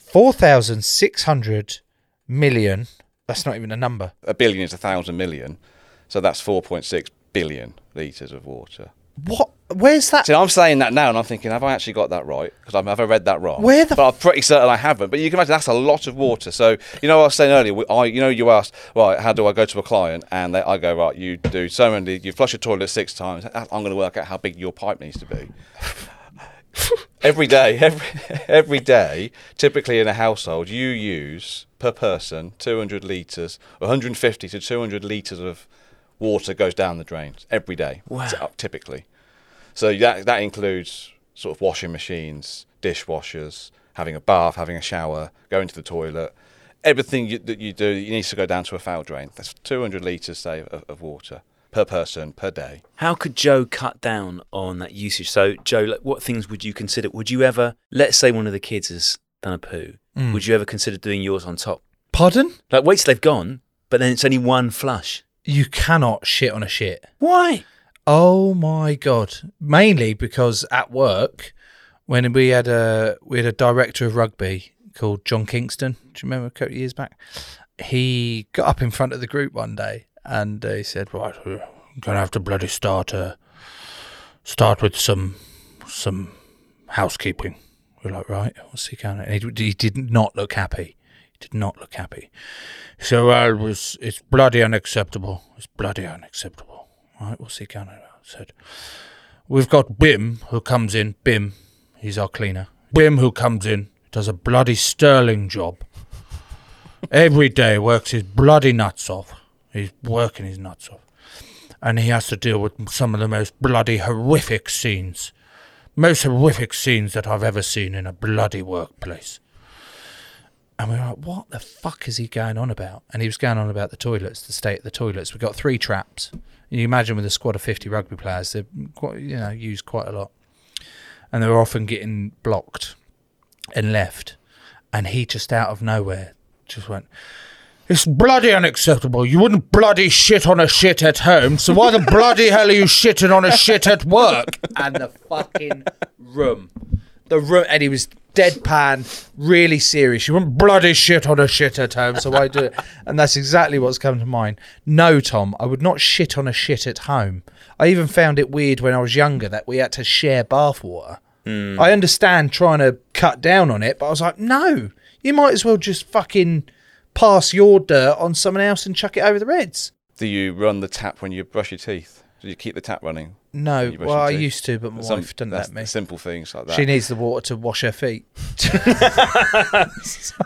S4: 4,600 million. That's not even a number.
S6: A billion is a thousand million. So that's 4.6 billion litres of water.
S4: What? Where's that?
S6: See, I'm saying that now, and I'm thinking, have I actually got that right? Because I've never read that wrong.
S4: Where the
S6: but I'm pretty certain I haven't. But you can imagine that's a lot of water. So you know, what I was saying earlier. we- I, you know, you asked, right, how do I go to a client? And they, I go, right, you do so many. You flush your toilet six times. I- I'm going to work out how big your pipe needs to be. every day, every every day, typically in a household, you use per person 200 liters, 150 to 200 liters of water goes down the drains every day. Wow. Typically. So that that includes sort of washing machines, dishwashers, having a bath, having a shower, going to the toilet, everything you, that you do you needs to go down to a foul drain. That's 200 liters say of, of water per person per day.
S5: How could Joe cut down on that usage? So, Joe, like, what things would you consider? Would you ever, let's say one of the kids has done a poo, would you ever consider doing yours on top?
S4: Pardon?
S5: Like, wait till they've gone, but then it's only one flush.
S4: You cannot shit on a shit.
S5: Why?
S4: Oh my god! Mainly because at work, when we had a we had a director of rugby called John Kingston. Do you remember a couple of years back? He got up in front of the group one day and uh, he said, "Right, we're gonna have to bloody start a start with some some housekeeping. We're like, right, what's he going? at? And he, he did not look happy. He did not look happy. So I was, it's bloody unacceptable. It's bloody unacceptable. Right, what's he going? at? I said, we've got Bim who comes in. Bim, he's our cleaner. Bim who comes in does a bloody sterling job. Every day works his bloody nuts off. He's working his nuts off and he has to deal with some of the most bloody horrific scenes. Most horrific scenes that I've ever seen in a bloody workplace. And we were like, what the fuck is he going on about? And he was going on about the toilets, the state of the toilets. We've got three traps. You imagine with a squad of 50 rugby players, they're quite, you know, used quite a lot. And they were often getting blocked and left. And he just out of nowhere just went, it's bloody unacceptable. You wouldn't bloody shit on a shit at home, so why the bloody hell are you shitting on a shit at work?
S11: and the fucking room. The room, and he was deadpan, really serious. You wouldn't bloody shit on a shit at home, so I do it. And that's exactly what's come to mind. No, Tom, I would not shit on a shit at home. I even found it weird when I was younger that we had to share bathwater.
S6: Hmm.
S11: I understand trying to cut down on it, but I was like, no, you might as well just fucking pass your dirt on someone else and chuck it over the reds.
S6: Do you run the tap when you brush your teeth? Do you keep the tap running?
S4: No,
S6: You brush
S4: Oh, well,
S6: your
S4: I
S6: teeth?
S4: used to, but my
S6: Some-
S4: wife doesn't
S6: that's
S4: let me.
S6: Simple things like that.
S4: She needs the water to wash her feet.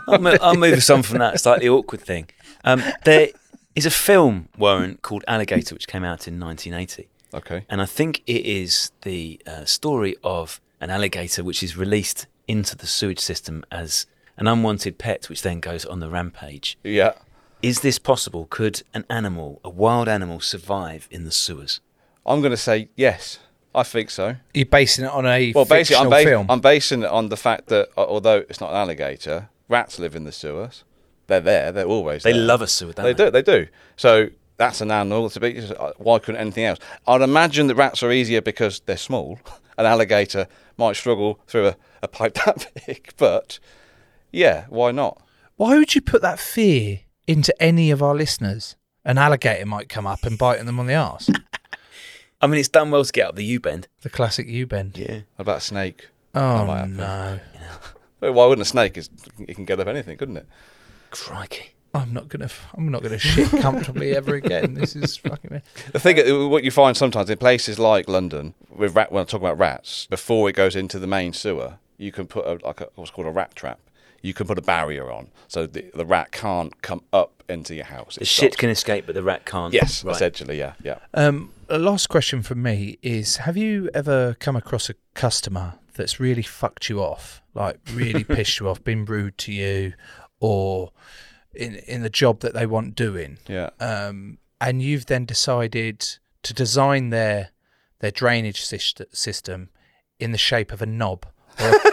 S5: I'll, mo- I'll move us on from that slightly awkward thing. Um, there is a film, Warren, called Alligator, which came out in 1980.
S6: okay.
S5: And I think it is the uh, story of an alligator which is released into the sewage system as an unwanted pet, which then goes on the rampage.
S6: Yeah.
S5: Is this possible? Could an animal, a wild animal, survive in the sewers?
S6: I'm going to say yes. I think so.
S4: You're basing it on a
S6: Well, basically,
S4: fictional
S6: I'm, bas-
S4: film.
S6: I'm basing it on the fact that uh, although it's not an alligator, rats live in the sewers. They're there. They're always.
S5: They
S6: there.
S5: love a sewer, don't
S6: They
S5: they?
S6: do. They do. So that's an animal to be. uh, Why couldn't anything else? I'd imagine that rats are easier because they're small. An alligator might struggle through a, a pipe that big, but yeah, why not?
S4: Why would you put that fear into any of our listeners? An alligator might come up and biting them on the arse.
S5: I mean, it's done well to get up the U bend.
S4: the classic U bend.
S5: Yeah.
S6: What about a snake?
S4: Oh
S6: That might happen.
S4: no,
S6: Well, Why wouldn't a snake? It's, it can get up anything, couldn't it?
S5: Crikey.
S4: I'm not gonna. I'm not gonna shit comfortably ever again. This is fucking.
S6: The thing, what you find sometimes in places like London, with rat, when I'm talking about rats, before it goes into the main sewer, you can put a, like a, what's called a rat trap. You can put a barrier on, so the, the rat can't come up into your house.
S5: The shit can escape, but the rat can't.
S6: Yes,
S5: Right.
S6: essentially, yeah, yeah.
S4: Um, a last question from me is: Have you ever come across a customer that's really fucked you off, like really pissed you off, been rude to you, or in in the job that they want doing?
S6: Yeah.
S4: um, and you've then decided to design their their drainage syst- system in the shape of a knob or a,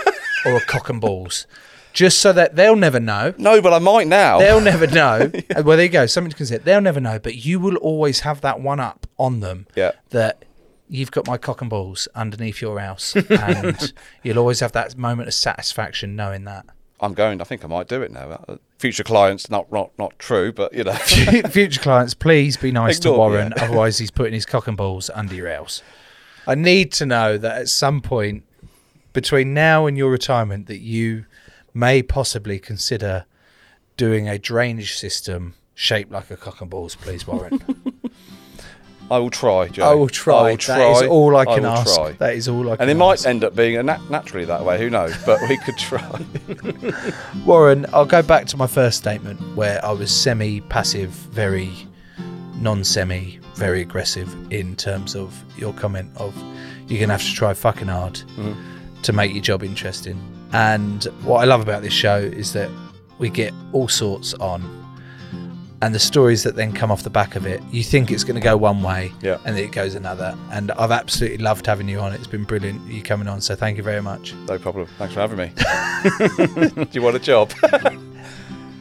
S4: or a cock and balls, just so that they'll never know.
S6: No, but I might now.
S4: They'll never know. Uh, Well, there you go. Something to consider. They'll never know, but you will always have that one up on them.
S6: Yeah.
S4: That you've got my cock and balls underneath your house, and you'll always have that moment of satisfaction knowing that.
S6: I'm going. I think I might do it now. Uh, Future clients, not not not true, but you know.
S4: future clients, please be nice to
S6: Ignore me,
S4: Warren.
S6: yeah.
S4: Otherwise, he's putting his cock and balls under your house. I need to know that at some point between now and your retirement, that you may possibly consider doing a drainage system shaped like a cock and balls, please, Warren.
S6: I will try, Joe.
S4: I will try.
S6: I will try.
S4: That is all I can
S6: will
S4: ask.
S6: try.
S4: That is all I can
S6: And it
S4: ask.
S6: might end up being a nat- naturally that way. Who knows? But we could try.
S4: Warren, I'll go back to my first statement where I was semi passive, very non semi, very aggressive in terms of your comment of you're going to have to try fucking hard to make your job interesting. And what I love about this show is that we get all sorts on. And the stories that then come off the back of it, you think it's going to go one way,
S6: Yeah.
S4: and it goes another. And I've absolutely loved having you on. It's been brilliant you coming on. So thank you very much.
S6: no problem. Thanks for having me. do you want a job?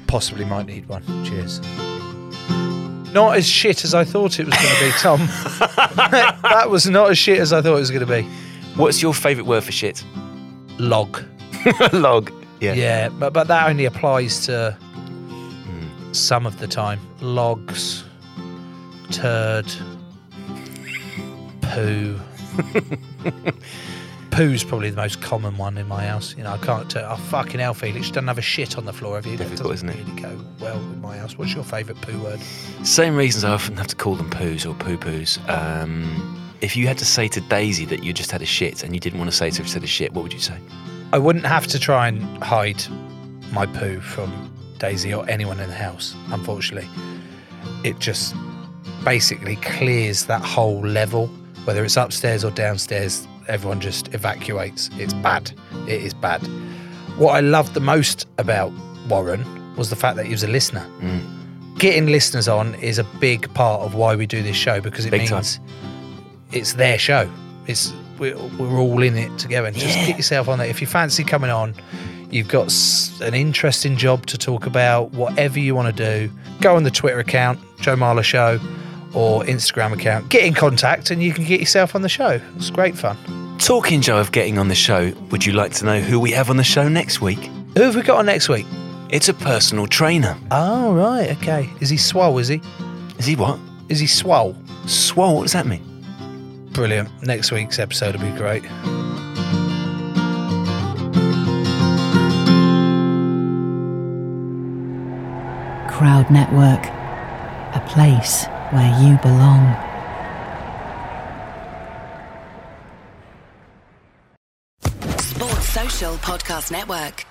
S4: possibly might need one. Cheers. Not as shit as I thought it was going to be, Tom. that was not as shit as I thought it was going to be.
S5: What's your favourite word for shit?
S4: Log.
S5: Log. Yeah.
S4: Yeah, but, but that only applies to some of the time. Logs, turd, poo, Poo's probably the most common one in my house. You know, I can't. T- oh fucking hell, Felix, you don't have a shit on the floor have you. That
S5: Difficult,
S4: doesn't
S5: isn't
S4: Really go well with my house. What's your favourite poo word?
S5: Same reasons I often have to call them poos or poo poos. Um, if you had to say to Daisy that you just had a shit and you didn't want to say to her said a shit, what would you say?
S4: I wouldn't have to try and hide my poo from Daisy or anyone in the house, unfortunately. It just basically clears that whole level, whether it's upstairs or downstairs, everyone just evacuates. It's bad. It is bad. What I loved the most about Warren was the fact that he was a listener.
S5: Mm.
S4: Getting listeners on is a big part of why we do this show because it
S5: Big time.
S4: means it's their show. It's we're, we're all in it together. And just get yourself on there. If you fancy coming on, you've got s- an interesting job to talk about. Whatever you want to do, go on the Twitter account, Joe Marler Show, or Instagram account. Get in contact, and you can get yourself on the show. It's great fun.
S5: Talking, Joe, of getting on the show, would you like to know who we have on the show next week?
S4: Who have we got on next week?
S5: It's a personal trainer.
S4: Oh right, okay. Is he swole? Is he?
S5: Is he what?
S4: Is he swole?
S5: Swole, what does that mean?
S4: Brilliant. Next week's episode will be great.
S12: Crowd Network, a place where you belong.
S13: Sports Social Podcast Network.